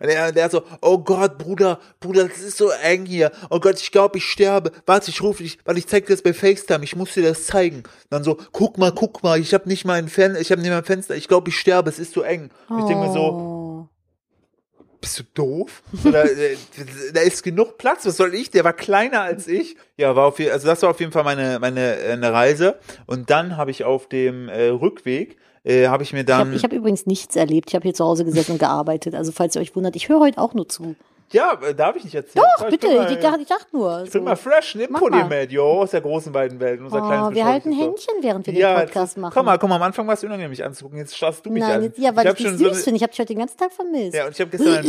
Und er, der so, oh Gott, Bruder, Bruder, das ist so eng hier. Oh Gott, ich glaube, ich sterbe. Warte, ich rufe dich, weil ich zeig dir das bei FaceTime. Ich muss dir das zeigen. Dann so, guck mal, guck mal, ich habe nicht mal ein Fen ich habe nicht mal ein Fenster. Ich glaube, ich sterbe. Es ist so eng. Und Ich denke mir so,
Oh.
bist du doof? Oder, äh, da ist genug Platz. Was soll ich? Der war kleiner als ich. Ja, war auf jeden, also das war auf jeden Fall meine meine äh, eine Reise. Und dann habe ich auf dem äh, Rückweg äh, habe ich mir
Ich habe
dann
ich hab übrigens nichts erlebt. Ich habe hier zu Hause gesessen und gearbeitet. Also falls ihr euch wundert, ich höre heute auch nur zu.
ja, äh, darf ich nicht erzählen?
Ach, bitte, ich, dachte, ich dachte nur.
Ich
so.
bin mal fresh, nimm
Mach
Pulli
mal.
mit, yo, aus der großen beiden Welt, unser
Oh,
kleines
wir halten
beschränktes
Händchen, während wir
so. Ja,
den Podcast machen.
Komm mal, komm mal, am Anfang war es unangenehm, mich anzugucken, jetzt starrst du mich
Nein,
an.
jetzt, ja, weil ich,
hab
dich
schon
süß
so eine,
finde. Ich habe dich heute den ganzen Tag vermisst.
Ja, und ich habe gestern,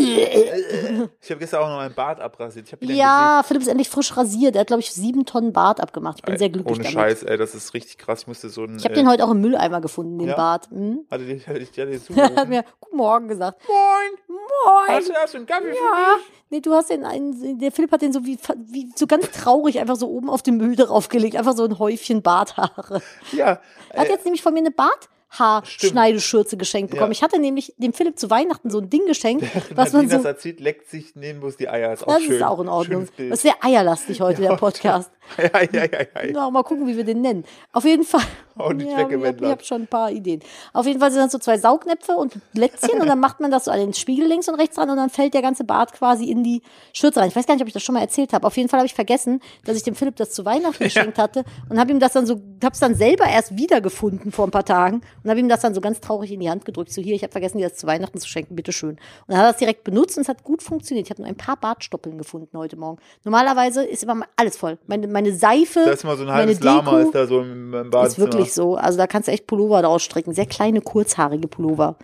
ich habe gestern auch noch meinen Bart abrasiert. Ich hab wieder
Ja, Philipp ist endlich frisch rasiert. Er hat, glaube ich, sieben Tonnen Bart abgemacht. Ich bin
gesehen.
sehr glücklich
Ohne
damit.
Scheiß, ey, das ist richtig krass, ich musste so ein,
Ich habe den
äh,
heute auch im Mülleimer gefunden, den
Ja?
Bart. Hm?
hatte ich, hatte ich, hatte ich
Er hat
zugerufen.
mir Guten Morgen gesagt.
Moin, hast
Moin!
du, hast du einen Kaffee für
Ja. Nee, du hast den einen, der Philipp hat den so wie, wie so ganz traurig einfach so oben auf den Müll draufgelegt. Einfach so ein Häufchen Barthaare.
mich? Ja,
Er hat
äh,
jetzt nämlich von mir eine Barthaarschneideschürze geschenkt bekommen.
Ja.
Ich hatte nämlich dem Philipp zu Weihnachten so ein Ding geschenkt, was man
Äh, Nadine das
so.
erzählt, leckt sich nebenbus die Eier, ist auch
Das
Oh, schön.
ist auch in Ordnung.
Schönes Bild.
Das ist sehr eierlastig heute, der Podcast.
Ja, ja, ja, ja, ja.
Na, mal gucken, wie wir den nennen. Auf jeden Fall.
Auch nicht
ja, ich habe
weggewendelt.
hab schon ein paar Ideen. Auf jeden Fall sind das so zwei Saugnäpfe und Lätzchen und dann macht man das so an den Spiegel links und rechts ran und dann fällt der ganze Bart quasi in die Schürze rein. Ich weiß gar nicht, ob ich das schon mal erzählt habe. Auf jeden Fall habe ich vergessen, dass ich dem Philipp das zu Weihnachten geschenkt hatte und habe ihm das dann so, habe es dann selber erst wiedergefunden vor ein paar Tagen und habe ihm das dann so ganz traurig in die Hand gedrückt. So hier, ich habe vergessen, dir das zu Weihnachten zu schenken, bitteschön. Und dann hat er das direkt benutzt und es hat gut funktioniert. Ich habe nur ein paar Bartstoppeln gefunden heute Morgen. Normalerweise ist immer alles voll. Meine, meine Seife,
Da ist mal so ein
meine
halbes
Deko,
Lama ist da so im, im Badezimmer.
ist wirklich so. Also da kannst du echt Pullover draus stricken. Sehr kleine, kurzhaarige Pullover.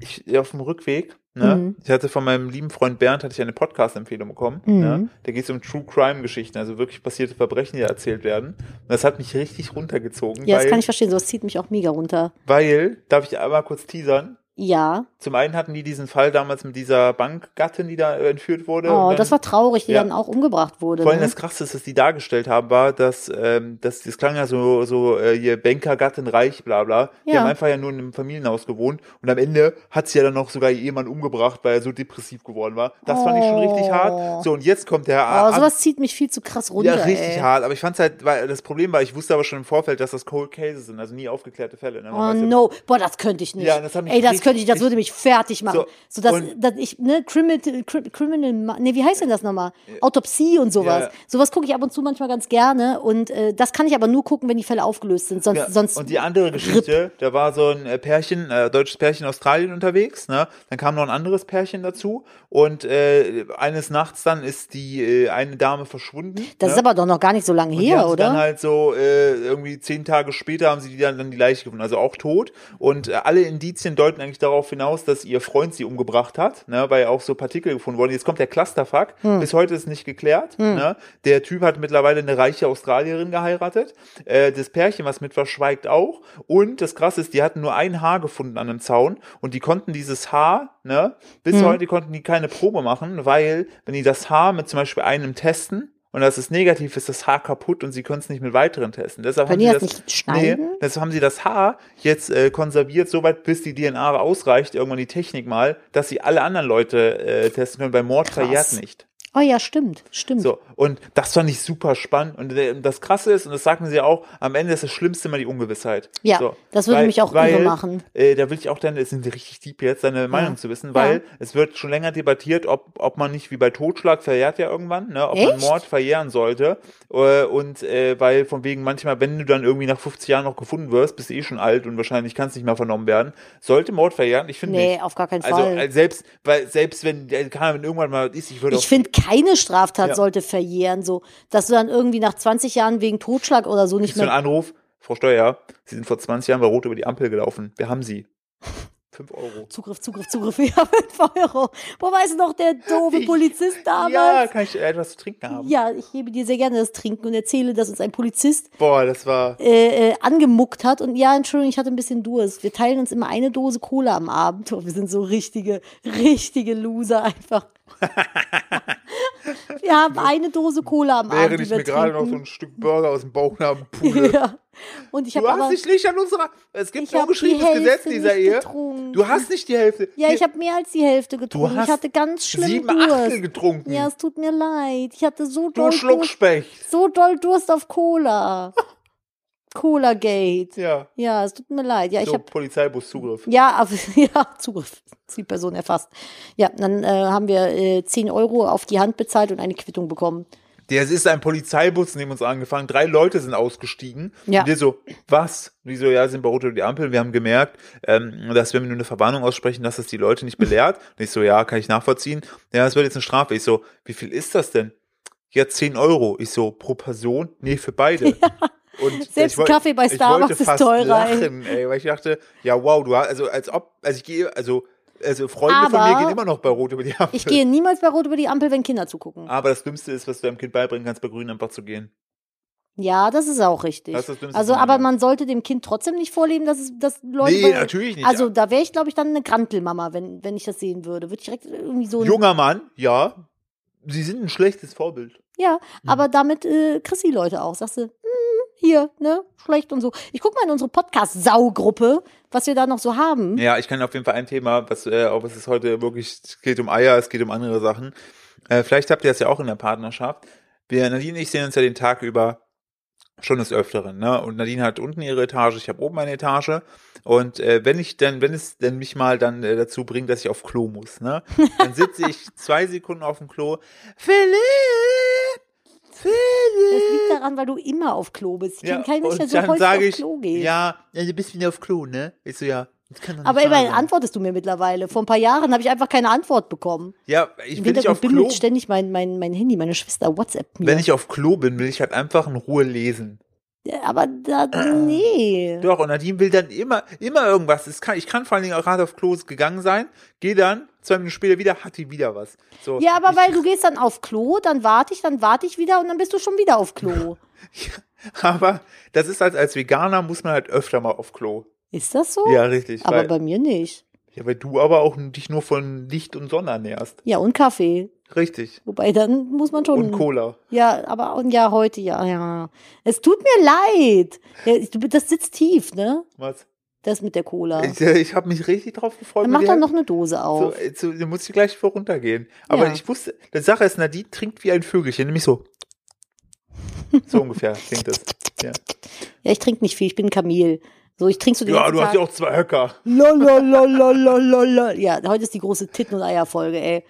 ich, auf dem Rückweg, ne,
Mhm.
ich hatte von meinem lieben Freund Bernd hatte ich eine Podcast-Empfehlung bekommen.
Mhm.
Ne, da geht es um True Crime-Geschichten, also wirklich passierte Verbrechen, die erzählt werden. Und das hat mich richtig runtergezogen,
Ja, das
weil,
kann ich verstehen. Sowas zieht mich auch mega runter.
weil, darf ich einmal kurz teasern?
Ja.
Zum einen hatten die diesen Fall damals mit dieser Bankgattin, die da äh, entführt wurde.
Oh,
Und dann-
das war traurig, die
Ja.
dann auch umgebracht wurde.
Vor allem
Ne?
das Krasse, was die dargestellt haben, war, dass, ähm, dass das klang ja so, so äh, hier Banker, Gattin, reich, bla bla. Die
Ja.
haben einfach ja nur in einem Familienhaus gewohnt und am Ende hat sie ja dann noch sogar ihr Ehemann umgebracht, weil er so depressiv geworden war. Das fand ich schon richtig
Oh.
hart. So, und jetzt kommt der
Oh,
Ab-
sowas zieht mich viel zu krass runter.
ja, richtig
ey.
hart. Aber ich fand's halt, weil das Problem war, ich wusste aber schon im Vorfeld, dass das Cold Cases sind, also nie aufgeklärte Fälle. Ne? Man
Oh
weiß ja-
no, boah, das könnte ich nicht.
Ja, das hat mich
Ey, das
richtig-
könnte ich, das würde mich fertig machen. So,
So,
dass,
und-
dass ich, ne, Criminal, Cri- Criminal, Ma- nee, wie heißt denn das nochmal? Autopsie und sowas.
Ja.
Sowas gucke ich ab und zu manchmal ganz gerne und äh, das kann ich aber nur gucken, wenn die Fälle aufgelöst sind. Sonst,
Ja,
sonst
und die andere Geschichte, da war so ein äh, Pärchen, äh, deutsches Pärchen in Australien unterwegs, ne? Dann kam noch ein anderes Pärchen dazu und äh, eines Nachts dann ist die äh, eine Dame verschwunden.
das
ne?
ist aber doch noch gar nicht so lange
Und die
her,
haben sie
oder?
Dann halt so äh, irgendwie zehn Tage später haben sie die dann, dann die Leiche gefunden, also auch tot. Und äh, alle Indizien deuten eigentlich darauf hinaus, dass ihr Freund sie umgebracht hat, ne, weil auch so Partikel gefunden wurden. Jetzt kommt der Clusterfuck. Bis heute ist nicht geklärt. Ne? Der Typ hat mittlerweile eine reiche Australierin geheiratet. Äh, das Pärchen, was mit war, schweigt auch. Und das Krasse ist, die hatten nur ein Haar gefunden an einem Zaun und die konnten dieses Haar, ne, bis heute konnten die keine Probe machen, weil wenn die das Haar mit zum Beispiel einem testen und das ist negativ, ist das Haar kaputt und sie können es nicht mit weiteren testen. Deshalb
Können
haben
die
sie
das nicht schneiden?
Nee, deshalb haben sie das Haar jetzt äh, konserviert, soweit bis die DNA ausreicht, irgendwann die Technik mal, dass sie alle anderen Leute äh, testen können, weil Mord verjährt nicht.
Oh ja, stimmt, stimmt.
So, und das fand ich super spannend. Und äh, das Krasse ist, und das sagten sie auch, am Ende ist das Schlimmste immer die Ungewissheit.
Ja,
so,
das würde mich auch irre machen.
Äh, da will ich auch deine, es sind richtig deep jetzt, deine Meinung zu wissen, weil
Ja.
es wird schon länger debattiert, ob, ob man nicht wie bei Totschlag verjährt ja irgendwann, ne, ob man
Echt?
Mord verjähren sollte. Äh, und äh, weil von wegen manchmal, wenn du dann irgendwie nach 50 Jahren noch gefunden wirst, bist du eh schon alt und wahrscheinlich kannst nicht mehr vernommen werden. Sollte Mord verjähren? Ich finde
Nee,
nicht.
auf gar keinen
Also
Fall.
äh, selbst, weil selbst wenn, äh, keine Ahnung, wenn irgendwann mal was ist, ich würde
ich finde, keine Straftat
Ja.
sollte verjähren, so, dass du dann irgendwie nach 20 Jahren wegen Totschlag oder so nicht
Kriegst du einen
mehr.
Anruf, Frau Steuer, Sie sind vor 20 Jahren bei Rot über die Ampel gelaufen. Wir haben Sie. 5 Euro.
Zugriff, Zugriff, Zugriff, ja, 5 Euro. Wo weiß noch der doofe
Ich-
Polizist
Ja,
damals?
kann ich äh, etwas zu trinken haben.
Ja, ich gebe dir sehr gerne das Trinken und erzähle, dass uns ein Polizist
Boah, das war.
äh, äh, angemuckt hat. Und ja, Entschuldigung, ich hatte ein bisschen Durst. Wir teilen uns immer eine Dose Cola am Abend. Oh, wir sind so richtige, richtige Loser einfach. wir haben eine Dose Cola am Abend.
Während
die
ich
wir
mir gerade noch so
trinken.
ein Stück Burger aus dem Bauchnabel pudel.
ja. Und ich
Du
habe aber.
hast dich nicht an unserer. Es gibt
Ich hab
ein ungeschriebenes
die
Gesetz
Hälfte
dieser
nicht
Ehe.
getrunken.
Du hast nicht die Hälfte.
ja,
Hier,
ich habe mehr als die Hälfte getrunken.
hast
ich hatte ganz schlimm
sieben
Durst.
Achtel getrunken.
Ja, es tut mir leid. Ich hatte so
du
doll, Durst,
Schluckspecht.
so doll Durst auf Cola. Cola Gate.
Ja.
Ja, es tut mir leid. Ja, ich
So,
habe
Polizeibuszugriff.
ja, aber, ja, Zugriff. Ist Die Person erfasst. Ja, dann äh, haben wir äh, 10 Euro auf die Hand bezahlt und eine Quittung bekommen.
Der, es ist ein Polizeibus neben uns angefangen. Drei Leute sind ausgestiegen.
Ja.
Und wir so, was? Wieso, ja, sind bei Rot über die Ampel. Wir haben gemerkt, ähm, dass wenn wir nur eine Verwarnung aussprechen, dass das die Leute nicht belehrt. Und ich so, ja, kann ich nachvollziehen. Ja, das wird jetzt eine Strafe. Ich so, wie viel ist das denn? Ja, 10 Euro. Ich so, pro Person? Nee, für beide. Und
Selbst
ich woll-
ein Kaffee bei
ich
Starbucks
wollte
ist
fast
teurer, ey.
Lachen, ey, weil ich dachte, ja, wow, du hast, also als ob, also ich gehe, also, also Freunde von
Aber
mir gehen immer noch bei Rot über die Ampel.
Ich gehe niemals bei Rot über die Ampel, wenn Kinder zugucken.
Aber das Dümmste ist, was du deinem Kind beibringen kannst, bei Grün einfach zu gehen.
Ja, das ist auch richtig.
Das ist das Dümmste
also,
von
aber
allem.
man sollte dem Kind trotzdem nicht vorleben, dass, es, dass Leute.
Nee, natürlich nicht.
Also, da wäre ich, glaube ich, dann eine Grantelmama, wenn, wenn ich das sehen würde. Würde ich direkt irgendwie so. ein-
Junger Mann, ja. Sie sind ein schlechtes Vorbild.
Ja, aber damit äh, kriegst du die Leute auch. Sagst du, "Hm, hier, ne, schlecht und so. Ich guck mal in unsere Podcast-Saugruppe, was wir da noch so haben.
Ja, ich kann auf jeden Fall ein Thema, was, äh, ob es ist heute wirklich, es geht um Eier, es geht um andere Sachen. Äh, vielleicht habt ihr das ja auch in der Partnerschaft. Wir, Nadine und ich sehen uns ja den Tag über schon des Öfteren, ne? Und Nadine hat unten ihre Etage, ich habe oben meine Etage. Und äh, wenn ich dann, wenn es denn mich mal dann äh, dazu bringt, dass ich auf Klo muss, ne? Dann sitze ich zwei Sekunden auf dem Klo. Philipp!
Das
Philipp!
liegt daran, weil du immer auf Klo bist. Ich kenn keinen Mensch, der
und
so häufig
sag
auf
ich,
Klo geht.
Ja, ja, du bist wieder auf Klo, ne? Ich so, ja. Das kann doch nicht
aber
wahr
immerhin
sein.
antwortest du mir mittlerweile. Vor ein paar Jahren habe ich einfach keine Antwort bekommen.
Ja, ich,
Im
wenn ich auf
Hintergrund
Klo,
bimmelt ständig mein, mein, mein Handy, meine Schwester WhatsApp mir.
wenn ich auf Klo bin, will ich halt einfach in Ruhe lesen.
aber da,
Ah.
nee.
Doch, und Nadine will dann immer, immer irgendwas. Es kann, ich kann vor allen Dingen auch gerade auf Klo gegangen sein, gehe dann, zwei Minuten später wieder, hat die wieder was. So,
Ja, aber
ich,
weil du gehst dann auf Klo, dann warte ich, dann warte ich wieder und dann bist du schon wieder auf Klo.
aber das ist halt, als Veganer muss man halt öfter mal auf Klo.
Ist das so?
Ja, richtig.
aber
weil,
bei mir nicht.
ja, weil du aber auch dich nur von Licht und Sonne ernährst.
Ja, und Kaffee.
Richtig.
Wobei, dann muss man schon.
Und Cola.
Ja, aber und ja, heute, ja, ja. Es tut mir leid. Ja, ich- du- Das sitzt tief, ne?
Was?
Das mit der Cola.
Ich, ich habe mich richtig drauf gefreut.
Dann
weil
mach
die
doch
halt-
noch eine Dose
So,
auf.
äh, so, da muss ich gleich vor runtergehen. Aber
Ja.
ich wusste, die Sache ist, Nadine trinkt wie ein Vögelchen, nämlich so. So ungefähr klingt das. Ja,
Ja, ich trinke nicht viel, ich bin ein Kamel. So, ich trinke so den
ja
ganzen
du hast
Tag.
ja auch zwei Höcker.
Lololololololol. Ja, heute ist die große Titten- und Eierfolge, ey.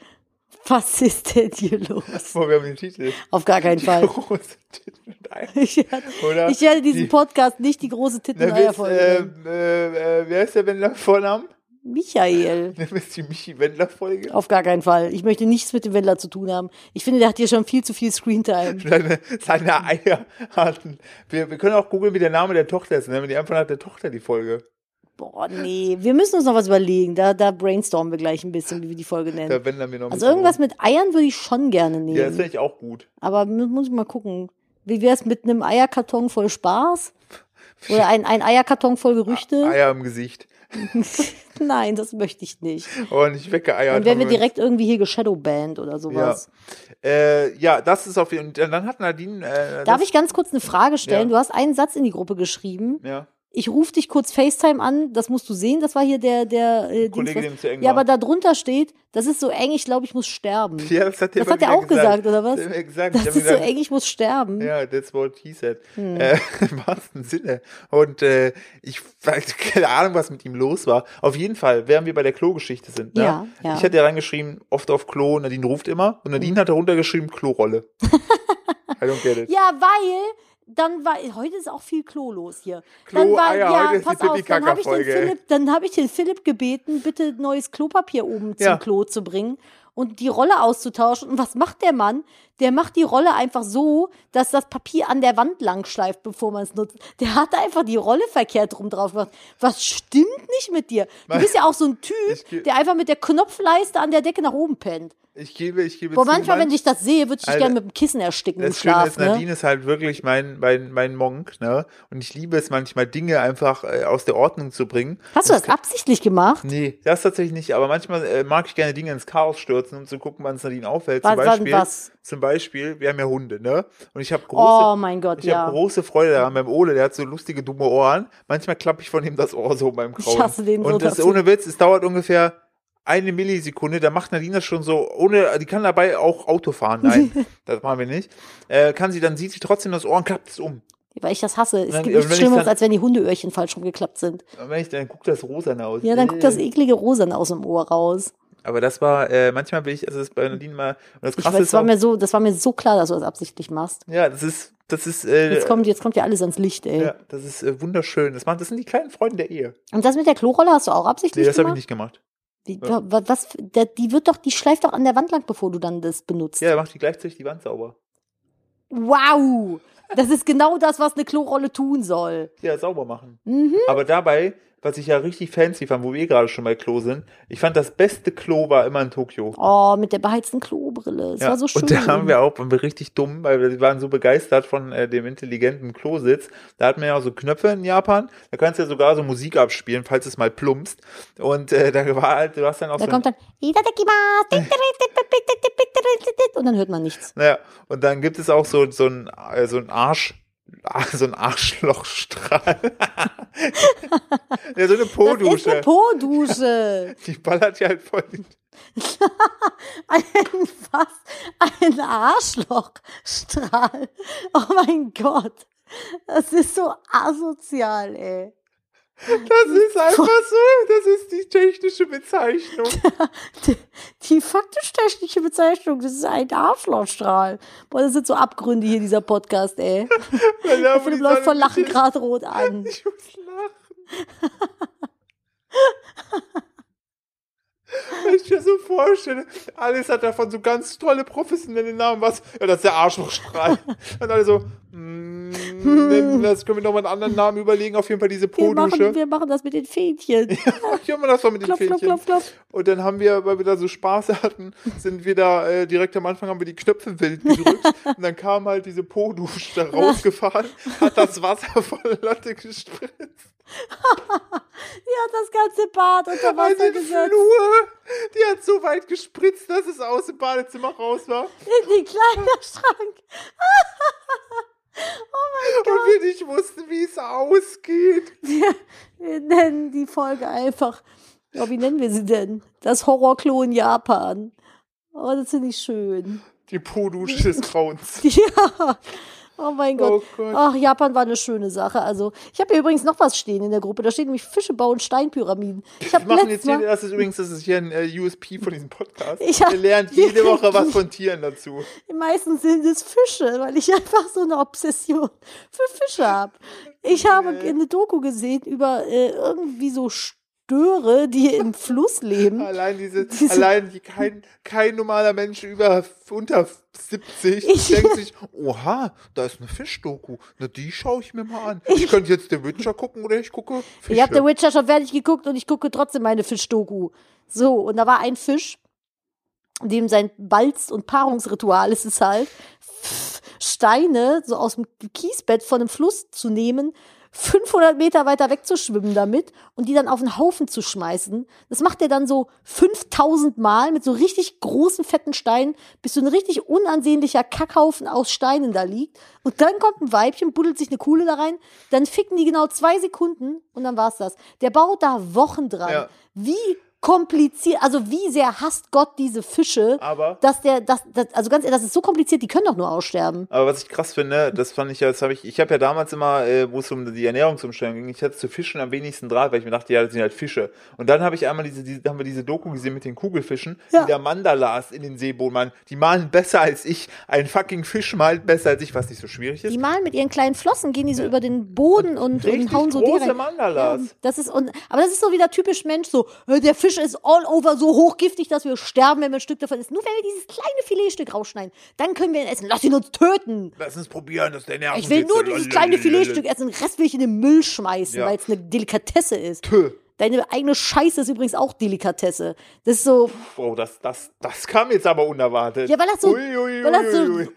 Was ist denn hier los?
Boah, wir haben den Titel.
Auf gar keinen
Die
Fall.
große Titten und Eier,
Ich,
Oder?
ich werde diesen
Die-
Podcast nicht die große Titten- und
Na, wer, ist,
Eierfolge
äh,
nennen.
äh, äh, wer ist der Wendler-Vornamen?
Michael.
Nimm es die Michi-Wendler-Folge.
Auf gar keinen Fall. Ich möchte nichts mit dem Wendler zu tun haben. Ich finde, der hat hier schon viel zu viel Screentime.
Seine, seine Eier hatten. Wir, wir können auch googeln, wie der Name der Tochter ist. Ne? Wenn die einfach nach der Tochter die Folge.
Boah, nee. Wir müssen uns noch was überlegen. Da, da brainstormen wir gleich ein bisschen, wie wir die Folge nennen.
Da Wendler mir noch ein
also
bisschen
irgendwas mit Eiern würde ich schon gerne
rum. Ja, das
nehmen.
finde ich auch gut.
Aber mu- muss ich mal gucken. Wie wär's mit einem Eierkarton voll Spaß? Oder ein, ein Eierkarton voll Gerüchte?
Eier im Gesicht.
Nein, das möchte ich nicht.
Und ich wecke Eier.
Dann wären wir
Oh, Haben
direkt irgendwie hier geshadowbanned oder sowas.
Äh, ja, das ist auf jeden Fall. Und dann hat Nadine. Äh,
Darf
das,
ich ganz kurz eine Frage stellen?
Ja.
Du hast einen Satz in die Gruppe geschrieben.
Ja,
Ich rufe dich kurz FaceTime an, das musst du sehen. Das war hier der, der äh,
Kollege,
Dienst-
dem es zu eng
Ja,
war.
aber da drunter steht, das ist so eng, ich glaube, ich muss sterben.
ja, das hat, der
Das
immer
hat der
wieder
auch gesagt, oder was?
Der hat immer gesagt.
Das
ich hab
ist
mir
so
gedacht,
eng, Hm. ich muss sterben.
Ja, that's what he said. Äh, Im wahrsten Sinne. Und äh, ich weiß keine Ahnung, was mit ihm los war. Auf jeden Fall, während wir bei der Klo-Geschichte sind. Ne?
Ja, ja. Hm.
Ich hatte ja reingeschrieben, oft auf Klo, Nadine ruft immer. Und Nadine hat darunter geschrieben, Klorolle. I don't get it.
Ja, weil dann war heute ist auch viel Klo los hier.
Klo,
dann war
Eier,
ja,
heute ist die
pass auf, dann habe ich den
Pipi-Kaka-Folge, ey.
Philipp, dann habe ich den Philipp gebeten, bitte neues Klopapier oben zum
Ja.
Klo zu bringen und die Rolle auszutauschen. Und was macht der Mann? Der macht die Rolle einfach so, dass das Papier an der Wand lang schleift, bevor man es nutzt. Der hat einfach die Rolle verkehrt rum drauf gemacht. Was stimmt nicht mit dir? Du bist ja auch so ein
Ich-
Typ, der einfach mit der Knopfleiste an der Decke nach oben pennt.
Ich gebe, ich gebe
Boah,
zu,
manchmal,
mein-
wenn ich das sehe, würde ich dich
Alter,
gerne mit dem Kissen ersticken im
Das Schöne
Schlaf.
ist, Nadine
Ne?
ist halt wirklich mein, mein, mein Monk, ne? Und ich liebe es manchmal, Dinge einfach äh, aus der Ordnung zu bringen.
Hast du das absichtlich gemacht?
Nee, das tatsächlich nicht, aber manchmal äh, mag ich gerne Dinge ins Chaos stürzen, um zu gucken, wann es Nadine auffällt. Zum
Wann- wann
Beispiel,
was?
zum Beispiel, wir haben ja Hunde, ne? Und ich habe große,
oh mein Gott,
ich
ja.
habe große Freude daran beim Ole, der hat so lustige, dumme Ohren. Manchmal klappe ich von ihm das Ohr so beim Grauen.
hasse den so
Und das
dafür.
ohne Witz, es dauert ungefähr eine Millisekunde, da macht Nadine das schon so, ohne, die kann dabei auch Auto fahren, nein, das machen wir nicht. Äh, kann sie, dann sieht sie trotzdem das Ohr und klappt es um.
Weil ich das hasse. Es
Wenn-
gibt
also wenn
nichts
ich
Schlimmeres,
dann-
als wenn die Hundeöhrchen falsch rumgeklappt sind.
Und wenn ich, dann guckt das rosa aus.
Ja, dann guckt das eh.
Äh.
eklige Rosan aus dem Ohr raus.
Aber das war, äh, manchmal bin ich, also das ist bei Nadine mal, und das
Ich
krasse
weiß, das
ist
war
auch,
mir so, das war mir so klar, dass du das absichtlich machst.
ja, das ist, das ist, äh,
Jetzt kommt, jetzt kommt ja alles ans Licht, ey.
ja, das ist äh, wunderschön. Das, macht, das sind die kleinen Freunde der Ehe.
Und das mit der Klorolle hast du auch absichtlich
Nee, das habe ich
gemacht?
nicht
Wie,
gemacht.
wa- wa- was, der, die wird doch, die schleift doch an der Wand lang, bevor du dann das benutzt.
Ja, da macht die gleichzeitig die Wand sauber.
Wow! Das ist genau das, was eine Klorolle tun soll.
Ja, sauber machen.
Mhm.
Aber dabei, was ich ja richtig fancy fand, wo wir eh gerade schon bei Klo sind, ich fand das beste Klo war immer in Tokio.
Oh, mit der beheizten Klobrille. Es
Ja,
war so schön.
Und da haben wir auch, waren wir richtig dumm, weil wir waren so begeistert von äh, dem intelligenten Klositz. Da hat man ja auch so Knöpfe in Japan, da kannst du ja sogar so Musik abspielen, falls es mal plumpst. Und äh, da war halt, du hast dann auch
da
so.
kommt dann "Itadakimasu." und dann hört man nichts.
Naja, und dann gibt es auch so, so ein, äh, so ein Arsch. So ein Arschlochstrahl. ja, so eine
Das ist eine
Po-Dusche.
Po-Dusche.
Die ballert ja halt voll.
Ein was? Ein Arschlochstrahl. Oh mein Gott. Das ist so asozial, ey.
Das ist einfach so. Das ist die technische Bezeichnung.
Die, die faktisch-technische Bezeichnung, das ist ein Arschlochstrahl. Boah, das sind so Abgründe hier, dieser Podcast, ey.
Weil da, wo
Philipp
die
läuft
Sonne
vor Lachen
steht,
gerade rot an.
Ich muss lachen. Wenn ich mir so vorstelle, alles hat davon so ganz tolle professionelle Namen. Was? Ja, das ist der Arschlochstrahl. Und alle so, mm, nimm das können wir nochmal einen anderen Namen überlegen. Auf jeden Fall diese
Wir machen,
Po-Dusche.
wir machen das mit den Fähnchen.
Ich hab mal das mal mit den
Klopf, klopf,
Fähnchen.
klopf, klopf.
Und dann haben wir, weil wir da so Spaß hatten, sind wir da äh, direkt am Anfang haben wir die Knöpfe wild gedrückt und dann kam halt diese Po-Dusche da rausgefahren, hat das Wasser von der Latte gespritzt.
Die hat das ganze Bad unter Wasser
Eine
gesetzt.
Flur, die hat so weit gespritzt, dass es aus dem Badezimmer raus war
In den Kleiderschrank.
und wir nicht wussten, wie es ausgeht.
Wir, wir nennen die Folge einfach. Ja, wie nennen wir sie denn? Das Horrorklo in Japan. Oh, das finde ich schön.
Die Po-Dusche des Grauens.
Ja. Oh mein Gott.
Oh Gott.
Ach, Japan war eine schöne Sache. Also, ich habe hier übrigens noch was stehen in der Gruppe. Da steht nämlich Fische bauen Steinpyramiden. Ich
Wir
habe
machen jetzt
letztes
hier,
Mal,
das ist übrigens, das ist hier ein äh, USP von diesem Podcast.
Ich hab-
Ihr lernt
wir
jede Woche
kriegen-
was von Tieren dazu.
meistens sind es Fische, weil ich einfach so eine Obsession für Fische habe. Ich habe eine Doku gesehen über äh, irgendwie so Störe, die im Fluss leben.
Allein diese,
Diese-
allein die, kein, kein normaler Mensch über unter 70
Ich-
denkt sich, oha, da ist eine Fischdoku. Na, die schaue ich mir mal an. Ich, könnte jetzt The Witcher gucken oder ich gucke Fische.
Ich habe The Witcher schon fertig geguckt und ich gucke trotzdem meine Fischdoku. So, und da war ein Fisch, dem sein Balz- und Paarungsritual ist es halt, Steine so aus dem Kiesbett von einem Fluss zu nehmen, 500 Meter weiter wegzuschwimmen damit und die dann auf einen Haufen zu schmeißen. Das macht er dann so 5000 Mal mit so richtig großen, fetten Steinen, bis so ein richtig unansehnlicher Kackhaufen aus Steinen da liegt. Und dann kommt ein Weibchen, buddelt sich eine Kuhle da rein, dann ficken die genau zwei Sekunden und dann war's das. Der baut da Wochen dran.
Ja.
Wie kompliziert, also wie sehr hasst Gott diese Fische,
Aber-
dass der, dass, dass, also ganz ehrlich, das ist so kompliziert, die können doch nur aussterben.
Aber was ich krass finde, das fand ich ja, das habe ich, ich habe ja damals immer, äh, wo es um die Ernährungsumstellung ging, ich hatte zu Fischen am wenigsten Draht, weil ich mir dachte, ja, das sind halt Fische. Und dann habe ich einmal diese, diese, haben wir diese Doku gesehen mit den Kugelfischen,
Ja.
die da Mandalas in den Seeboden malen. Die malen besser als ich. Ein fucking Fisch malt besser als ich, was nicht so schwierig ist.
Die malen mit ihren kleinen Flossen, gehen die so über den Boden und, und
Richtig
hauen so die
große
rein.
Mandalas.
Das ist und, aber das ist so wieder typisch Mensch, so, äh, der Fisch Fisch ist all over so hochgiftig, dass wir sterben, wenn wir ein Stück davon essen. Nur wenn wir dieses kleine Filetstück rausschneiden, dann können wir ihn essen. Lass ihn uns töten.
Lass uns probieren, dass der Nerven
Ich will nur dieses kleine Filetstück essen. Den Rest will ich in den Müll schmeißen,
Ja.
weil es eine Delikatesse ist.
Tö.
Deine eigene Scheiße ist übrigens auch Delikatesse. Das ist so,
Oh, das, das, das kam jetzt aber unerwartet.
ja, weil das so,
Ui, ui,
weil das so
ui, ui. Da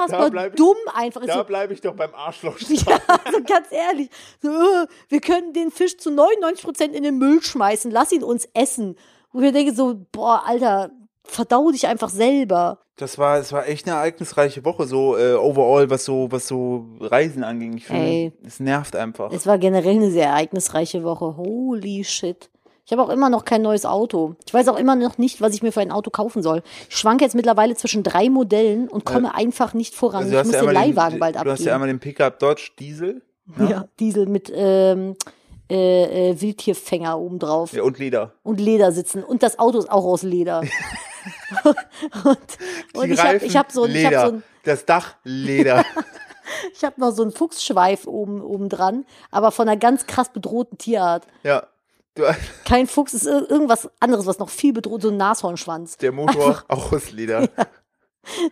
unfassbar
bleib ich-
dumm einfach ist.
Da
So,
bleibe ich doch beim Arschloch.
ja, also ganz ehrlich. So, äh, wir können den Fisch zu 99 Prozent in den Müll schmeißen. Lass ihn uns essen. Und ich mir denke so, boah, Alter, verdau dich einfach selber.
Das war, es war echt eine ereignisreiche Woche, so äh, overall, was so, was so Reisen anging. Ich finde,
Ey.
es nervt einfach.
Es war generell eine sehr ereignisreiche Woche. Holy shit. Ich habe auch immer noch kein neues Auto. Ich weiß auch immer noch nicht, was ich mir für ein Auto kaufen soll. Ich schwanke jetzt mittlerweile zwischen drei Modellen und komme einfach nicht voran.
Also
ich muss den
einmal
Leihwagen bald
du
abgeben.
hast ja einmal den Pickup Dodge Diesel ne?
ja. Diesel mit ähm, äh, äh, Wildtierfänger obendrauf.
ja, und Leder.
und Leder sitzen. Und das Auto ist auch aus Leder. und und
Die
ich habe
Reifen,
ich hab so, ein- ich hab
Leder.
so, ein-
das Dach Leder.
ich hab noch so einen Fuchsschweif oben, oben dran, aber von einer ganz krass bedrohten Tierart.
ja. Du,
Kein Fuchs ist ir- irgendwas anderes, was noch viel bedroht, so ein Nashornschwanz.
der Motor auch aus Leder.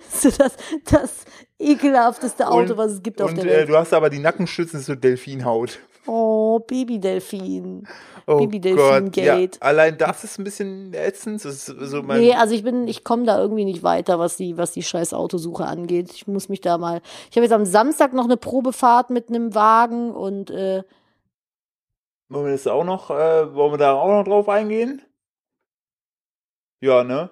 So das, das ekelhafteste Auto,
Und-
was es gibt auf
Und
der
äh,
Welt.
du hast aber die Nackenstützen so Delfinhaut.
oh, Babydelfin.
Oh Gott, ja.
Babydelfin-Gate.
Allein das ist ein bisschen ätzend. Das ist so mein,
Nee, also ich bin, ich komme da irgendwie nicht weiter, was die, was die scheiß Autosuche angeht. Ich muss mich da mal. Ich habe jetzt am Samstag noch eine Probefahrt mit einem Wagen und äh,
Wollen wir das auch noch, äh, wollen wir da auch noch drauf eingehen? Ja, ne?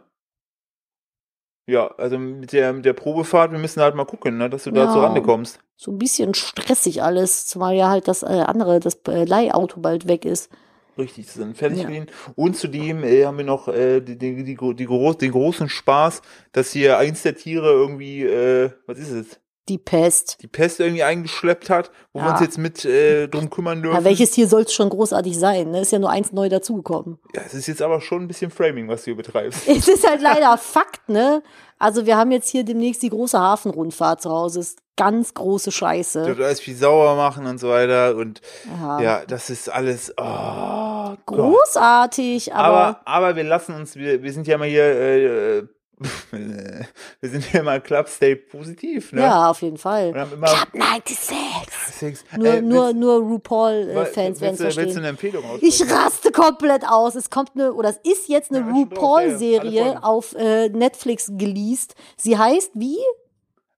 Ja, also mit der, mit der Probefahrt, wir müssen halt mal gucken, ne, dass du da
Ja.
zur Rande kommst.
so ein bisschen stressig alles, zumal ja halt das äh, andere, das äh, Leihauto bald weg ist.
Richtig, zu sind fertig
Ja.
mit ihnen. Und zudem äh, haben wir noch äh, die, die, die, die, gro- den großen Spaß, dass hier eins der Tiere irgendwie, äh, was ist es?
Die Pest.
Die Pest irgendwie eingeschleppt hat, wo wir
Ja.
uns jetzt mit äh, drum kümmern dürfen.
Ja, welches Tier soll es schon großartig sein? Ne? Ist ja nur eins neu dazugekommen.
Ja, es ist jetzt aber schon ein bisschen Framing, was du hier betreibst.
Es ist halt leider Fakt, ne? Also wir haben jetzt hier demnächst die große Hafenrundfahrt zu Hause. Ist ganz große
Du
Scheiße.
dürft alles viel sauer machen und so weiter und
Ja.
Ja, das ist alles. Oh, Gott.
Großartig, aber,
Aber, aber wir lassen uns, wir, wir sind ja immer hier, äh, äh, wir sind ja immer Club Stay positiv, ne?
ja, auf jeden Fall.
Und haben immer.
Club 96.
Six,
Nur,
Ey,
nur,
willst-
nur RuPaul-Fans
willst
werden es
du- Willst du
verstehen.
eine Empfehlung
Ich
aussprechen?
raste komplett aus. Es kommt eine, oder es ist jetzt eine
Ja, ist schon drauf, ja, ja. Alle
RuPaul-Serie
Folgen.
auf äh, Netflix geleast. Sie heißt wie?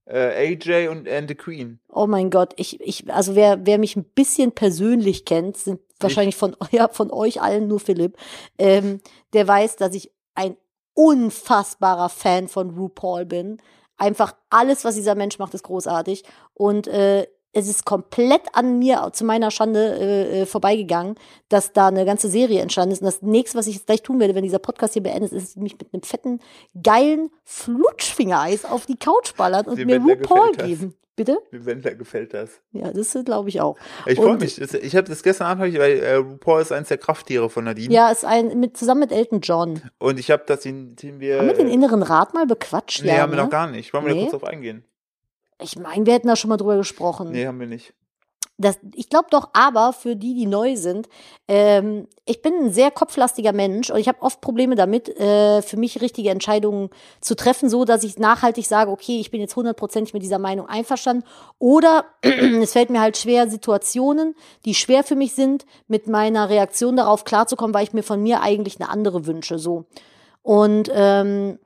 Äh, AJ und and the Queen.
Oh mein Gott, ich, ich, also wer, wer mich ein bisschen persönlich kennt, sind wahrscheinlich von, ja, von euch allen nur Philipp, ähm, der weiß, dass ich ein unfassbarer Fan von RuPaul bin. Einfach alles, was dieser Mensch macht, ist großartig. Und äh, es ist komplett an mir, zu meiner Schande, äh, äh, vorbeigegangen, dass da eine ganze Serie entstanden ist. Und das nächste, was ich jetzt gleich tun werde, wenn dieser Podcast hier beendet ist, ist mich mit einem fetten, geilen Flutschfingereis auf die Couch ballern und
Den
mir
Wendler
RuPaul
gefällt hast.
geben. Bitte?
Dem Wendler gefällt das.
Ja, das glaube ich auch.
Ich freue
Und-
mich. Das- Ich habe das gestern Abend, hab ich, weil äh, RuPaul ist eins der Krafttiere von Nadine.
Ja, ist ein mit zusammen mit Elton John.
Und ich habe das, den, den wir.
Haben wir den
äh,
inneren Rat mal bequatscht?
Nee,
ja,
haben wir
ne?
noch gar nicht. Wollen wir
Nee.
da kurz drauf eingehen?
Ich meine, wir hätten da schon mal drüber gesprochen.
Nee, haben wir nicht.
Das, ich glaube doch, aber für die, die neu sind, ähm, ich bin ein sehr kopflastiger Mensch und ich habe oft Probleme damit, äh, für mich richtige Entscheidungen zu treffen, so dass ich nachhaltig sage, okay, ich bin jetzt hundertprozentig mit dieser Meinung einverstanden. Oder es fällt mir halt schwer, Situationen, die schwer für mich sind, mit meiner Reaktion darauf klarzukommen, weil ich mir von mir eigentlich eine andere wünsche. So. Und ähm,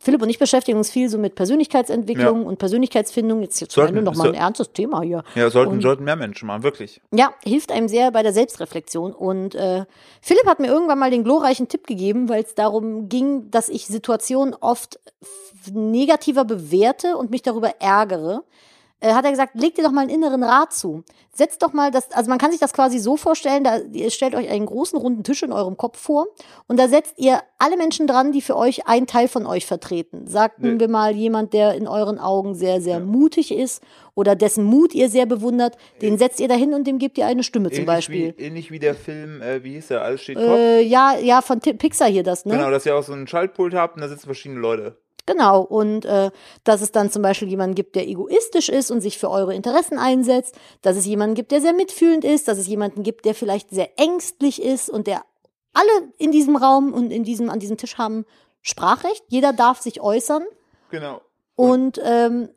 Philipp und ich beschäftigen uns viel so mit Persönlichkeitsentwicklung und Persönlichkeitsfindung. Jetzt jetzt am
Sollten-
Ende noch mal ein
so-
ernstes Thema hier.
Ja, sollten,
Und-
sollten mehr Menschen machen, wirklich.
Ja, hilft einem sehr bei der Selbstreflexion. Und äh, Philipp hat mir irgendwann mal den glorreichen Tipp gegeben, weil es darum ging, dass ich Situationen oft f- negativer bewerte und mich darüber ärgere. Äh, hat er gesagt, legt dir doch mal einen inneren Rat zu. Setzt doch mal das, also man kann sich das quasi so vorstellen, da ihr stellt euch einen großen runden Tisch in eurem Kopf vor und da setzt ihr alle Menschen dran, die für euch einen Teil von euch vertreten. Sagten
Nee.
wir mal jemand, der in euren Augen sehr, sehr
Ja.
mutig ist oder dessen Mut ihr sehr bewundert, den setzt ihr dahin und dem gebt ihr eine Stimme zum Beispiel.
Wie, Äh. ähnlich wie der Film, äh, wie hieß der, Alles steht Kopf.
Äh, ja, ja, von Ti- Pixar hier das, ne?
Genau, dass ihr auch so einen Schaltpult habt und da sitzen verschiedene Leute.
Genau, und äh, dass es dann zum Beispiel jemanden gibt, der egoistisch ist und sich für eure Interessen einsetzt, dass es jemanden gibt, der sehr mitfühlend ist, dass es jemanden gibt, der vielleicht sehr ängstlich ist und der alle in diesem Raum und in diesem, an diesem Tisch haben Sprachrecht. Jeder darf sich äußern.
Genau.
Und ähm,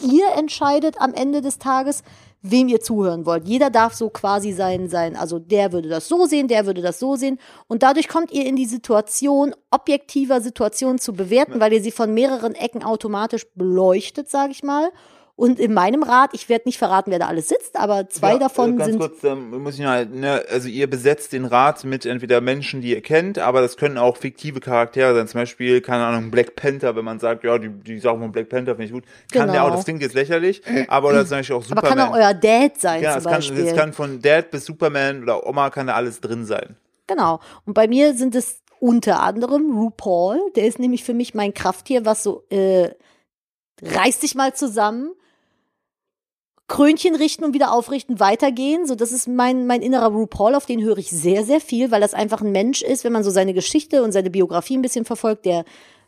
ihr entscheidet am Ende des Tages, wem ihr zuhören wollt. Jeder darf so quasi sein, sein. Also der würde das so sehen, der würde das so sehen. Und dadurch kommt ihr in die Situation, objektiver Situationen zu bewerten, weil ihr sie von mehreren Ecken automatisch beleuchtet, sage ich mal. Und in meinem Rat, ich werde nicht verraten, wer da alles sitzt, aber zwei
Ja,
davon
also ganz
sind.
kurz, ähm, muss ich noch, halt, ne, also ihr besetzt den Rat mit entweder Menschen, die ihr kennt, aber das können auch fiktive Charaktere sein. Zum Beispiel, keine Ahnung, Black Panther, wenn man sagt, ja, die, die Sache von Black Panther finde ich gut, kann
Genau.
der auch, das klingt jetzt lächerlich, aber oder zum Beispiel auch
aber
Superman.
kann auch euer Dad sein
ja,
zum
es kann,
Beispiel.
es kann von Dad bis Superman oder Oma kann da alles drin sein.
Genau. Und bei mir sind es unter anderem RuPaul. Der ist nämlich für mich mein Krafttier, was so, äh, reiß dich mal zusammen, Krönchen richten und wieder aufrichten, weitergehen. So, das ist mein, mein innerer RuPaul, auf den höre ich sehr, sehr viel, weil das einfach ein Mensch ist, wenn man so seine Geschichte und seine Biografie ein bisschen verfolgt, der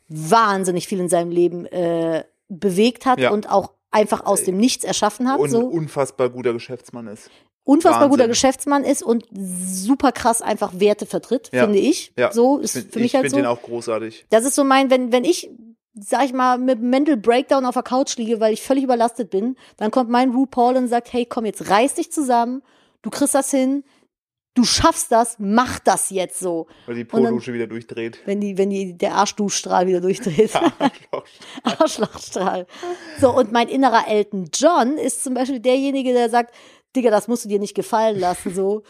wahnsinnig viel in seinem Leben äh, bewegt hat
Ja. Äh,
und auch einfach aus dem Nichts erschaffen hat.
Und
so
unfassbar guter Geschäftsmann ist.
unfassbar
Wahnsinn.
guter Geschäftsmann ist und super krass einfach Werte vertritt,
Ja.
finde ich.
Ja.
So ist
Ich find-
für mich
ich
halt
finde
so.
den auch großartig.
Das ist so mein, wenn, wenn ich, sag ich mal, mit einem Mental Breakdown auf der Couch liege, weil ich völlig überlastet bin, dann kommt mein RuPaul und sagt, hey, komm, jetzt reiß dich zusammen, du kriegst das hin, du schaffst das, mach das jetzt so.
Weil die
dann-
Po-Dusche wieder durchdreht.
Wenn die, wenn die, der Arschduschstrahl wieder durchdreht. Arschlochstrahl. So, und mein innerer Elton John ist zum Beispiel derjenige, der sagt, Digga, das musst du dir nicht gefallen lassen, so.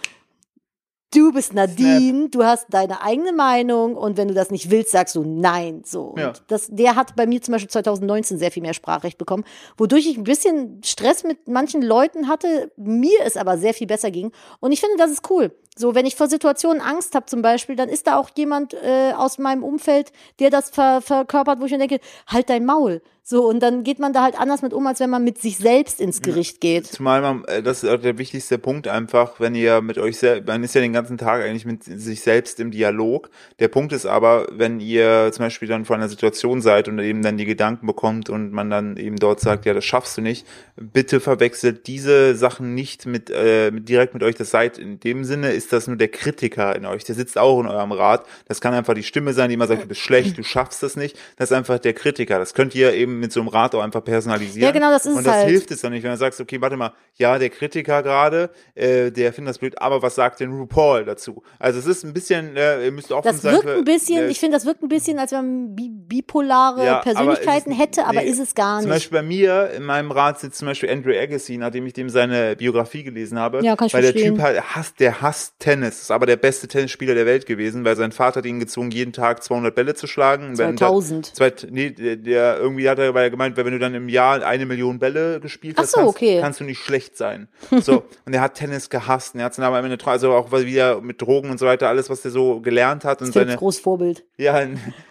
Du bist Nadine, du hast deine eigene Meinung und wenn du das nicht willst, sagst du nein. So. Und
Ja.
das, der hat bei mir zum Beispiel 2019 sehr viel mehr Sprachrecht bekommen, wodurch ich ein bisschen Stress mit manchen Leuten hatte, mir es aber sehr viel besser ging. Und ich finde, das ist cool. So, wenn ich vor Situationen Angst habe zum Beispiel, dann ist da auch jemand äh, aus meinem Umfeld, der das ver verkörpert, wo ich mir denke, halt dein Maul. So, und dann geht man da halt anders mit um, als wenn man mit sich selbst ins Gericht geht.
Zumal man, äh, das ist auch der wichtigste Punkt einfach, wenn ihr mit euch selbst, man ist ja den ganzen Tag eigentlich mit sich selbst im Dialog. Der Punkt ist aber, wenn ihr zum Beispiel dann vor einer Situation seid und eben dann die Gedanken bekommt und man dann eben dort sagt, ja, das schaffst du nicht, bitte verwechselt diese Sachen nicht mit, äh, mit direkt mit euch. Das seid in dem Sinne ist das nur der Kritiker in euch. Der sitzt auch in eurem Rat. Das kann einfach die Stimme sein, die immer sagt, du bist schlecht, du schaffst das nicht. Das ist einfach der Kritiker. Das könnt ihr eben mit so einem Rat auch einfach personalisieren.
Ja, genau, das ist
und
es
das
halt.
hilft hilft es dann nicht, wenn du sagst, okay, warte mal, ja, der Kritiker gerade, äh, der findet das blöd, aber was sagt denn RuPaul dazu? Also es ist ein bisschen, äh, ihr müsst offen
Das
sein.
wirkt
für-
ein bisschen,
äh,
ich finde, das wirkt ein bisschen, als wenn man bi bipolare
Ja, aber es
äh, Persönlichkeiten
ist-
hätte, aber
nee,
ist es gar
Zum
nicht.
Beispiel bei mir, in meinem Rat sitzt zum Beispiel Andrew Agassi, nachdem ich dem seine Biografie gelesen habe.
Ja, kann ich
Weil
verstehen.
der Typ halt hasst, der hasst Tennis, ist aber der beste Tennisspieler der Welt gewesen, weil sein Vater hat ihn gezwungen, jeden Tag 200 Bälle zu schlagen.
2000.
Zweit, nee, der, der, irgendwie hat er weil er gemeint, weil wenn du dann im Jahr eine Million Bälle gespielt
Ach
hast,
so,
kannst,
okay.
kannst du nicht schlecht sein. So, und er hat Tennis gehasst und er hat es dann aber am Ende, tro- also auch wieder mit Drogen und so weiter, alles, was er so gelernt hat
Das ist
und seine,
großes Vorbild.
ja,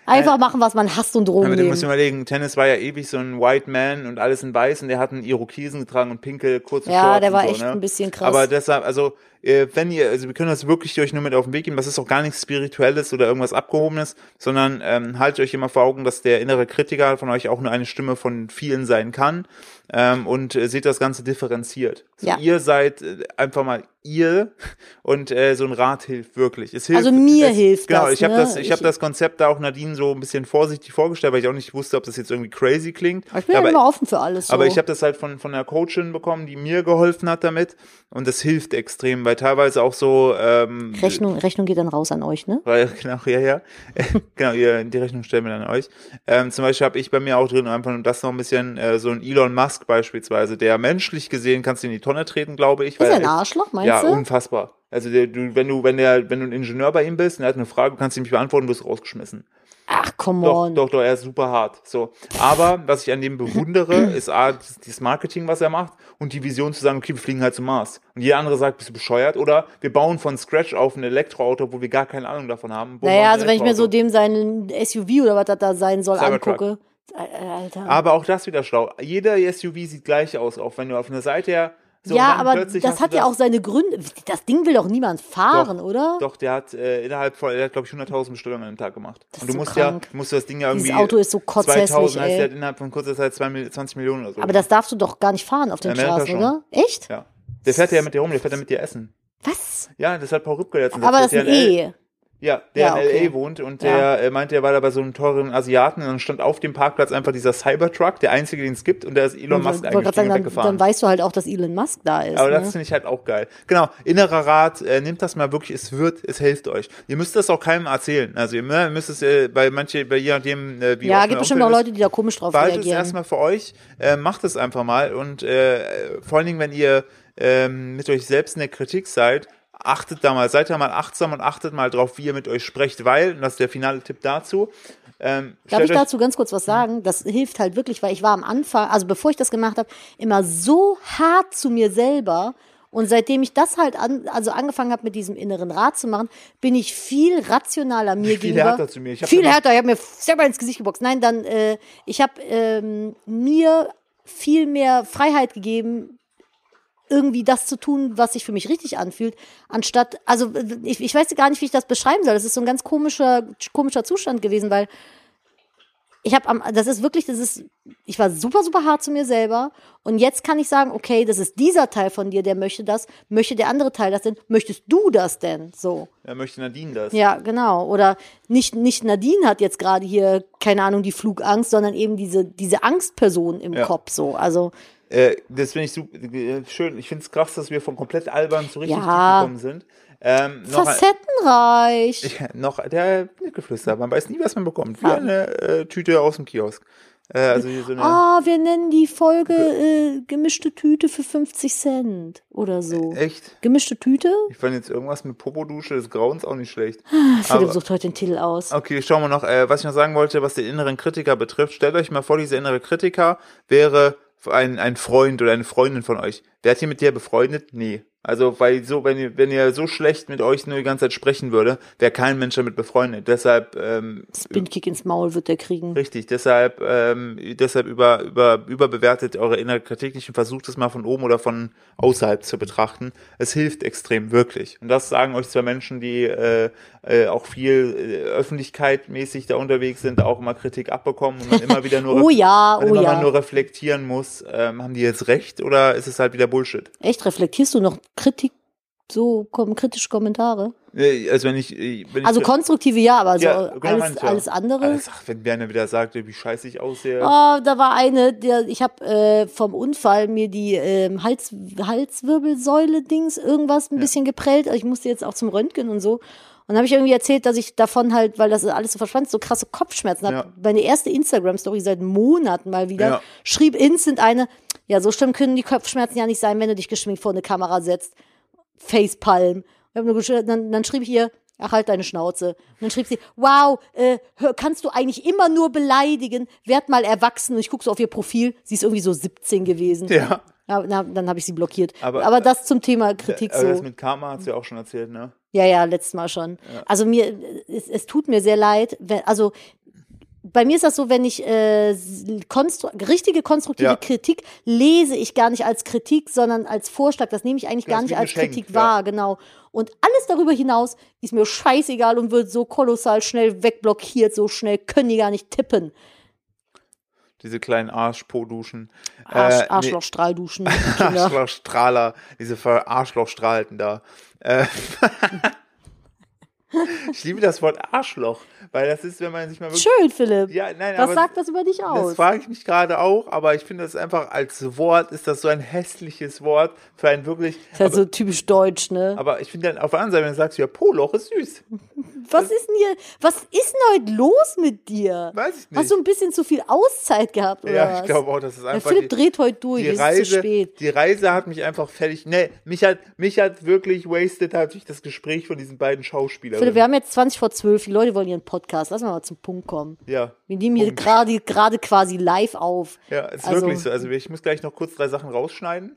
Einfach machen, was man hasst und
aber
Drogen
du musst dir
nehmen.
überlegen, Tennis war ja ewig so ein White Man und alles in Weiß und der hat einen Irokesen getragen und pinke kurze
Ja,
Shorts
der
und
war
so,
echt
ne?
ein bisschen krass.
Aber deshalb, also äh, wenn ihr, also wir können das wirklich euch nur mit auf den Weg geben. Das ist auch gar nichts Spirituelles oder irgendwas Abgehobenes, sondern ähm, haltet euch immer vor Augen, dass der innere Kritiker von euch auch nur eine Stimme von vielen sein kann ähm, und äh, seht das Ganze differenziert. So,
Ja.
Ihr seid äh, einfach mal ihr und äh, so ein Rat hilft wirklich. Es hilft,
Also mir
es,
hilft
genau,
das,
Ich habe
ne?
das, ich habe
Ich-
das Konzept da auch Nadine so ein bisschen vorsichtig vorgestellt, weil ich auch nicht wusste, ob das jetzt irgendwie crazy klingt.
Ich bin ja
aber,
immer offen für alles. So.
aber ich habe das halt von, von einer Coachin bekommen, die mir geholfen hat damit. Und das hilft extrem, weil teilweise auch so. Ähm,
Rechnung, Rechnung geht dann raus an euch, ne?
weil, genau, ja, ja. genau, ihr, die Rechnung stellen wir dann euch. Ähm, zum Beispiel habe ich bei mir auch drin einfach nur das noch ein bisschen, äh, so ein Elon Musk beispielsweise, der menschlich gesehen kannst du in die Tonne treten, glaube ich.
Ist er
er
ein Arschloch, meinst
ja,
du?
unfassbar. Also der, du, wenn du, wenn der, wenn du ein Ingenieur bei ihm bist und er hat eine Frage, kannst du ihn nicht beantworten, wirst rausgeschmissen.
Ach, come
Doch,
on.
doch, doch, er ist super hart. So. Aber was ich an dem bewundere, ist A, das das Marketing, was er macht, und die Vision zu sagen, okay, wir fliegen halt zum Mars. Und jeder andere sagt, bist du bescheuert? Oder wir bauen von Scratch auf ein Elektroauto, wo wir gar keine Ahnung davon haben. Bumm,
Naja,
ein
also wenn ich mir so
Elektroauto.
dem seinen SUV oder was das da sein soll
Cybertruck.
angucke. Äh, Alter.
Aber auch das wieder schlau. Jeder SUV sieht gleich aus, auch wenn du auf einer Seite her so und
ja,
dann
aber
plötzlich
das
hast du
hat ja auch seine Gründe. Das Ding will doch niemand fahren, oder?
Doch, der hat äh, innerhalb von, der hat glaube ich 100.000 Bestellungen am Tag gemacht.
Das ist
und du
so
musst
krank.
ja, musst du das Ding ja
Dieses
irgendwie.
Auto ist so kotzhässlich,
2000 heißt,
ey.
der hat innerhalb von kurzer Zeit 2 Mil- 20 Millionen oder so.
Aber das darfst du doch gar nicht fahren auf den
Amerika
Straßen,
schon.
oder? Echt?
ja. Der fährt ja mit dir rum, der fährt ja mit dir essen.
Was?
Ja, das hat Paul Rübke letztens
Aber das
erzählt,
ist ein
der hat-
E.
Ja, der
Ja,
in
okay.
L.A. wohnt und
Ja.
der äh, meinte, er war da bei so einem teuren Asiaten und dann stand auf dem Parkplatz einfach dieser Cybertruck, der einzige, den es gibt und da ist Elon Musk
Ich wollte gerade
eingestiegen und
sagen, dann,
weggefahren.
dann weißt du halt auch, dass Elon Musk da ist.
Aber
ne?
das finde ich halt auch geil. Genau, innerer Rat, äh, nehmt das mal wirklich, es wird, es hilft euch. Ihr müsst das auch keinem erzählen. Also ihr ne, müsst es äh, bei manche, bei je nachdem, äh, wie
ja,
offen
gibt
euer
bestimmt auch
Umfeld ist,
Leute, die da komisch drauf
Behaltet es
reagieren.
erstmal für euch, äh, macht es einfach mal und äh, äh, vor allen Dingen, wenn ihr ähm, mit euch selbst in der Kritik seid, achtet da mal, seid da mal achtsam und achtet mal drauf, wie ihr mit euch sprecht, weil, und das ist der finale Tipp dazu, ähm,
Darf
stellt
ich
euch-
dazu ganz kurz was sagen? Das hilft halt wirklich, weil ich war am Anfang, also bevor ich das gemacht habe, immer so hart zu mir selber. Und seitdem ich das halt an, also angefangen habe mit diesem inneren Rat zu machen, bin ich viel rationaler mir gegenüber.
härter zu mir. Ich hab
viel
immer-
härter. Ich habe mir selber ins Gesicht geboxt. Nein, dann äh, ich habe ähm, mir viel mehr Freiheit gegeben, irgendwie das zu tun, was sich für mich richtig anfühlt, anstatt, also ich, ich weiß gar nicht, wie ich das beschreiben soll. Das ist so ein ganz komischer, komischer Zustand gewesen, weil ich habe am, das ist wirklich, das ist, ich war super, super hart zu mir selber und jetzt kann ich sagen, okay, das ist dieser Teil von dir, der möchte das, möchte der andere Teil das denn, möchtest du das denn? So.
Ja, möchte Nadine das.
Ja, genau. Oder nicht, nicht Nadine hat jetzt gerade hier, keine Ahnung, die Flugangst, sondern eben diese, diese Angstperson im
Ja.
Kopf, so. Also,
Äh, das finde ich super, äh, schön. Ich finde es krass, dass wir von komplett albern zu richtig
Ja.
tief gekommen sind. Ähm, noch, ein-
facettenreich.
noch der Geflüster, man weiß nie, was man bekommt. Wie eine äh, Tüte aus dem Kiosk. Äh, also hier so eine,
Ah, wir nennen die Folge äh, gemischte Tüte für 50 Cent oder so.
echt.
Gemischte Tüte?
Ich fand jetzt irgendwas mit Popodusche des Grauens auch nicht schlecht.
Philipp
Aber-
sucht heute den Titel aus.
Okay, schauen wir noch. Äh, was ich noch sagen wollte, was den inneren Kritiker betrifft, stellt euch mal vor, dieser innere Kritiker wäre ein, ein Freund oder eine Freundin von euch. Wer hat hier mit dir befreundet? Nee. Also, weil so, wenn ihr, wenn ihr so schlecht mit euch nur die ganze Zeit sprechen würde, wäre kein Mensch damit befreundet. Deshalb, ähm,
Spinkick ins Maul wird der kriegen.
richtig, deshalb, ähm, deshalb über, über, überbewertet eure innere Kritik nicht und versucht es mal von oben oder von außerhalb zu betrachten. Es hilft extrem, wirklich. Und das sagen euch zwei Menschen, die äh, äh, auch viel äh, öffentlichkeitsmäßig da unterwegs sind, auch immer Kritik abbekommen und man immer wieder nur,
Oh ja,
man
oh
immer mal
ja.
nur reflektieren muss, ähm, haben die jetzt recht oder ist es halt wieder Bullshit?
Echt, reflektierst du noch Kritik? So kommen kritische Kommentare.
Äh, Also wenn ich, äh, wenn
Also
ich
konstruktive ja, aber so
Ja, genau,
alles,
meins, ja.
alles andere.
alles, ach, wenn mir einer wieder sagt, wie scheiße ich aussehe.
Oh, da war eine, der, ich habe äh, vom Unfall mir die ähm, Hals, Halswirbelsäule-Dings irgendwas ein bisschen geprellt. Also ich musste jetzt auch zum Röntgen und so. Und habe ich irgendwie erzählt, dass ich davon halt, weil das alles so verschwand, so krasse Kopfschmerzen habe.
Ja.
Meine erste Instagram-Story seit Monaten mal wieder
Ja.
schrieb instant eine, ja, so schlimm können die Kopfschmerzen ja nicht sein, wenn du dich geschminkt vor eine Kamera setzt. Facepalm. Und hab nur gesch- Dann, dann schrieb ich ihr, ach halt deine Schnauze. Und dann schrieb sie, wow, äh, hör- kannst du eigentlich immer nur beleidigen, werd mal erwachsen. Und ich guck so auf ihr Profil, sie ist irgendwie so 17 gewesen.
Ja.
Ja, na, dann habe ich sie blockiert.
Aber- äh,
Aber, das zum Thema Kritik
Aber das
so.
mit Karma hast du ja auch schon erzählt, ne?
Ja, ja, letztes Mal schon. Also mir, äh, es, es tut mir sehr leid. Wenn, also bei mir ist das so, wenn ich äh, konstru richtige konstruktive
Ja.
Kritik lese ich gar nicht als Kritik, sondern als Vorschlag. Das nehme ich eigentlich
Das
gar
ist
nicht
wie ein
als
Geschenk,
Kritik
ja.
wahr, genau. Und alles darüber hinaus ist mir scheißegal und wird so kolossal schnell wegblockiert. So schnell können die gar nicht tippen.
Diese kleinen Arschpo-Duschen.
Arsch,
Äh, nee,
Arschlochstrahlduschen. Kinder.
Arschlochstrahler, diese Ver- Arschlochstrahlten da. Äh, ich liebe das Wort Arschloch, weil das ist, wenn man sich mal wirklich.
Schön, Philipp.
Ja, nein,
Was
aber
sagt das über dich
das
aus?
frage ich mich gerade auch, aber ich finde das einfach als Wort ist das so ein hässliches Wort für einen wirklich.
Das ist ja so typisch deutsch, ne?
Aber ich finde dann auf der anderen Seite, wenn du sagst, ja, Poloch ist süß.
Was ist denn hier, was ist denn heute los mit dir?
Weiß ich nicht.
Hast du ein bisschen zu viel Auszeit gehabt oder
Ja,
was?
ich glaube auch, das ist
Der
einfach.
Philipp
die-
dreht heute durch,
die
es
Reise,
ist zu spät.
Die Reise hat mich einfach fertig. Nee, mich hat, mich hat wirklich wasted, hat sich das Gespräch von diesen beiden Schauspielern.
Philipp, wir haben jetzt 20 vor 12, die Leute wollen ihren Podcast. Lass mal mal zum Punkt kommen.
ja.
Wir nehmen hier
Punkt.
gerade gerade quasi live auf.
Ja, ist
Also-
wirklich so. Also ich muss gleich noch kurz drei Sachen rausschneiden.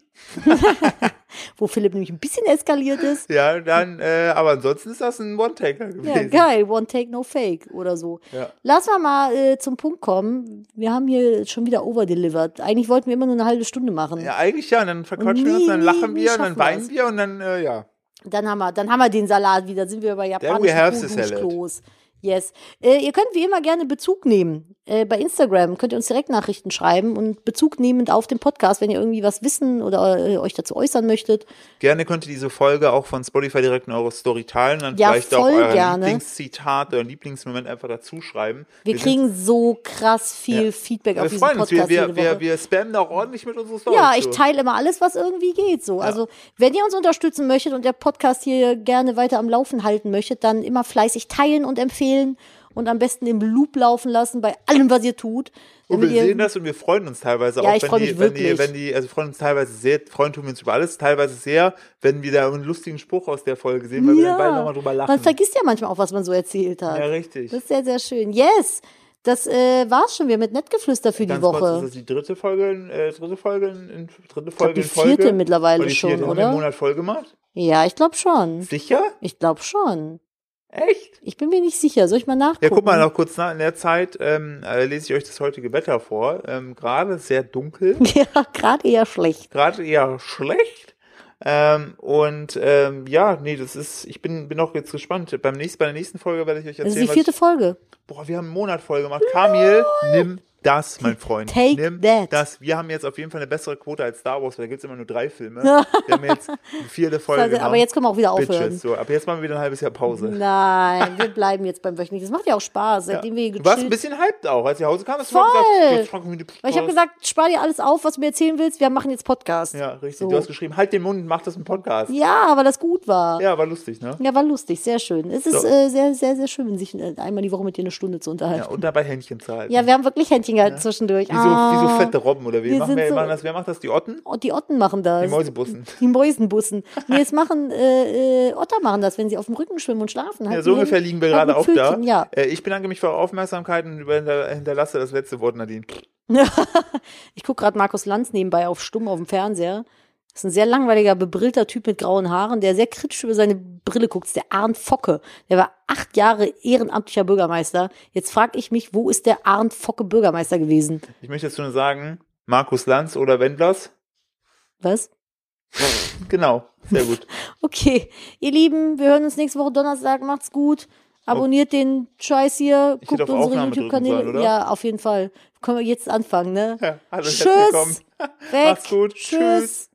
Wo Philipp nämlich ein bisschen eskaliert ist.
Ja, dann, äh, aber ansonsten ist das ein One-Taker
Ja,
gewesen.
geil, one take, no fake oder so.
Ja.
Lass mal mal äh, zum Punkt kommen. Wir haben hier schon wieder overdelivered. Eigentlich wollten wir immer nur eine halbe Stunde machen.
ja, eigentlich ja. Und dann verquatschen wir
Nie,
uns, dann
nie,
lachen
nie
wir, und dann
Oh schaffen wir
weinen
es.
wir und dann, äh, ja.
Dann haben wir, dann haben wir den Salat wieder, sind wir bei
have the
japanischen
salad.
Kuhduschklos. Yes. Äh, ihr könnt wie immer gerne Bezug nehmen. Äh, bei Instagram könnt ihr uns direkt Nachrichten schreiben und Bezug nehmend auf den Podcast, wenn ihr irgendwie was wissen oder äh, euch dazu äußern möchtet.
Gerne könnt ihr diese Folge auch von Spotify direkt in eure Story teilen, dann
Ja,
vielleicht auch
voll
euer
gerne.
Lieblingszitat, euren Lieblingsmoment einfach dazu schreiben.
Wir, kriegen so krass viel
Ja.
Feedback auf
wir
diesen
freuen uns,
Podcast
wir, wir,
jede Woche.
wir, wir spammen da auch ordentlich mit unseren Stories.
ja, ich
zu.
teile immer alles, was irgendwie geht. So. Also, wenn ihr uns unterstützen möchtet und der Podcast hier gerne weiter am Laufen halten möchtet, dann immer fleißig teilen und empfehlen und am besten im Loop laufen lassen bei allem, was ihr tut.
Und wir
damit ihr-
sehen das und wir freuen uns teilweise
Ja,
auch,
ich
wenn
freu
die,
mich
wenn die,
wirklich.
wenn die, also wir freuen uns teilweise sehr, freuen tun wir uns über alles, teilweise sehr, wenn wir da einen lustigen Spruch aus der Folge sehen, weil wir dann beide nochmal drüber
Man
lachen.
vergisst ja manchmal auch, was man so erzählt hat.
Ja, richtig.
Das ist sehr, sehr schön. Yes! Das äh, war's schon wieder mit Nettgeflüster für
Ganz
die
kurz, ist
Woche.
das die dritte Folge, in- äh, dritte Folge, in, in, dritte Folge
die
in Folge?
vierte mittlerweile
Oder die
schon,
vierte. Haben wir
oder?
einen Monat voll gemacht?
Ja, ich glaube schon.
Sicher?
Ich glaube schon.
Echt?
Ich bin mir nicht sicher. Soll ich mal nachgucken?
Ja, guck mal noch kurz nach. In der Zeit ähm, äh, lese ich euch das heutige Wetter vor. Ähm, gerade sehr dunkel,
Ja, gerade eher schlecht.
gerade eher schlecht. Ähm, und ähm, ja, nee, das ist, ich bin, bin auch jetzt gespannt. Beim nächsten, bei der nächsten Folge werde ich euch
Das ist
erzählen,
die vierte
was
Folge.
ich, boah, wir haben einen Monat voll gemacht. Kamil, nimm das, mein Freund.
Take
nimm
that.
das. Wir haben jetzt auf jeden Fall eine bessere Quote als Star Wars, weil da gibt's immer nur drei Filme. wir haben jetzt die vierte Folge.
Also, aber
gemacht.
jetzt können wir auch wieder aufhören. Mhm.
Bitches. So, ab jetzt machen wir wieder ein halbes Jahr Pause.
Nein, wir bleiben jetzt beim wöchentlichen. Das macht ja auch Spaß, seitdem wir
du warst
gechillt
ein bisschen hyped auch, als ich nach Hause kam. Hast du
Voll.
gesagt, jetzt fragen wir die
Weil ich habe
Pause.
gesagt, spar dir alles auf, was du mir erzählen willst. Wir machen jetzt Podcast.
Ja, richtig.
So.
Du hast geschrieben, halt den Mund und mach das im Podcast.
Ja, weil das gut war. Ja.
Ja, war lustig, ne?
war lustig, sehr schön. Es ist
So.
äh, sehr, sehr, sehr schön, sich äh, einmal die Woche mit dir eine Stunde zu
Ja,
unterhalten.
und dabei Händchen zu halten.
Ja, wir haben wirklich Händchen gehalten zwischendurch.
wie, so, wie so fette Robben oder wie?
Ah, Wir
Machen
sind
wir,
so-
machen das, wer macht das? Die Otten?
Und oh, die Otten machen das.
Die Mäusebussen.
Die Mäusenbussen. Nee, es machen, äh, äh, Otter machen das, wenn sie auf dem Rücken schwimmen und schlafen.
Ja,
Halten
so
die
ungefähr
Hände-
liegen wir
halten
gerade auch
die
da.
Pfötchen, Ja.
Äh, ich bedanke mich für eure Aufmerksamkeit und überhinter- hinterlasse das letzte Wort, Nadine.
Ich gucke gerade Markus Lanz nebenbei auf Stumm auf dem Fernseher. Das ist ein sehr langweiliger, bebrillter Typ mit grauen Haaren, der sehr kritisch über seine Brille guckt. Das ist der Arndt Focke. Der war acht Jahre ehrenamtlicher Bürgermeister. Jetzt frage ich mich, wo ist der Arndt Focke Bürgermeister gewesen?
Ich möchte jetzt nur sagen, Markus Lanz oder Wendlers?
Was?
Genau, sehr gut.
Okay, ihr Lieben, wir hören uns nächste Woche Donnerstag. Macht's gut. Abonniert den Scheiß hier.
Ich hätte
Guckt
auf
unsere
Aufnahme drücken sollen,
YouTube-Kanäle.
oder?
Ja, auf jeden Fall. Können wir jetzt anfangen, ne?
Ja, hallo, herzlich
Tschüss.
willkommen.
Weg.
Macht's gut.
Tschüss.
Tschüss.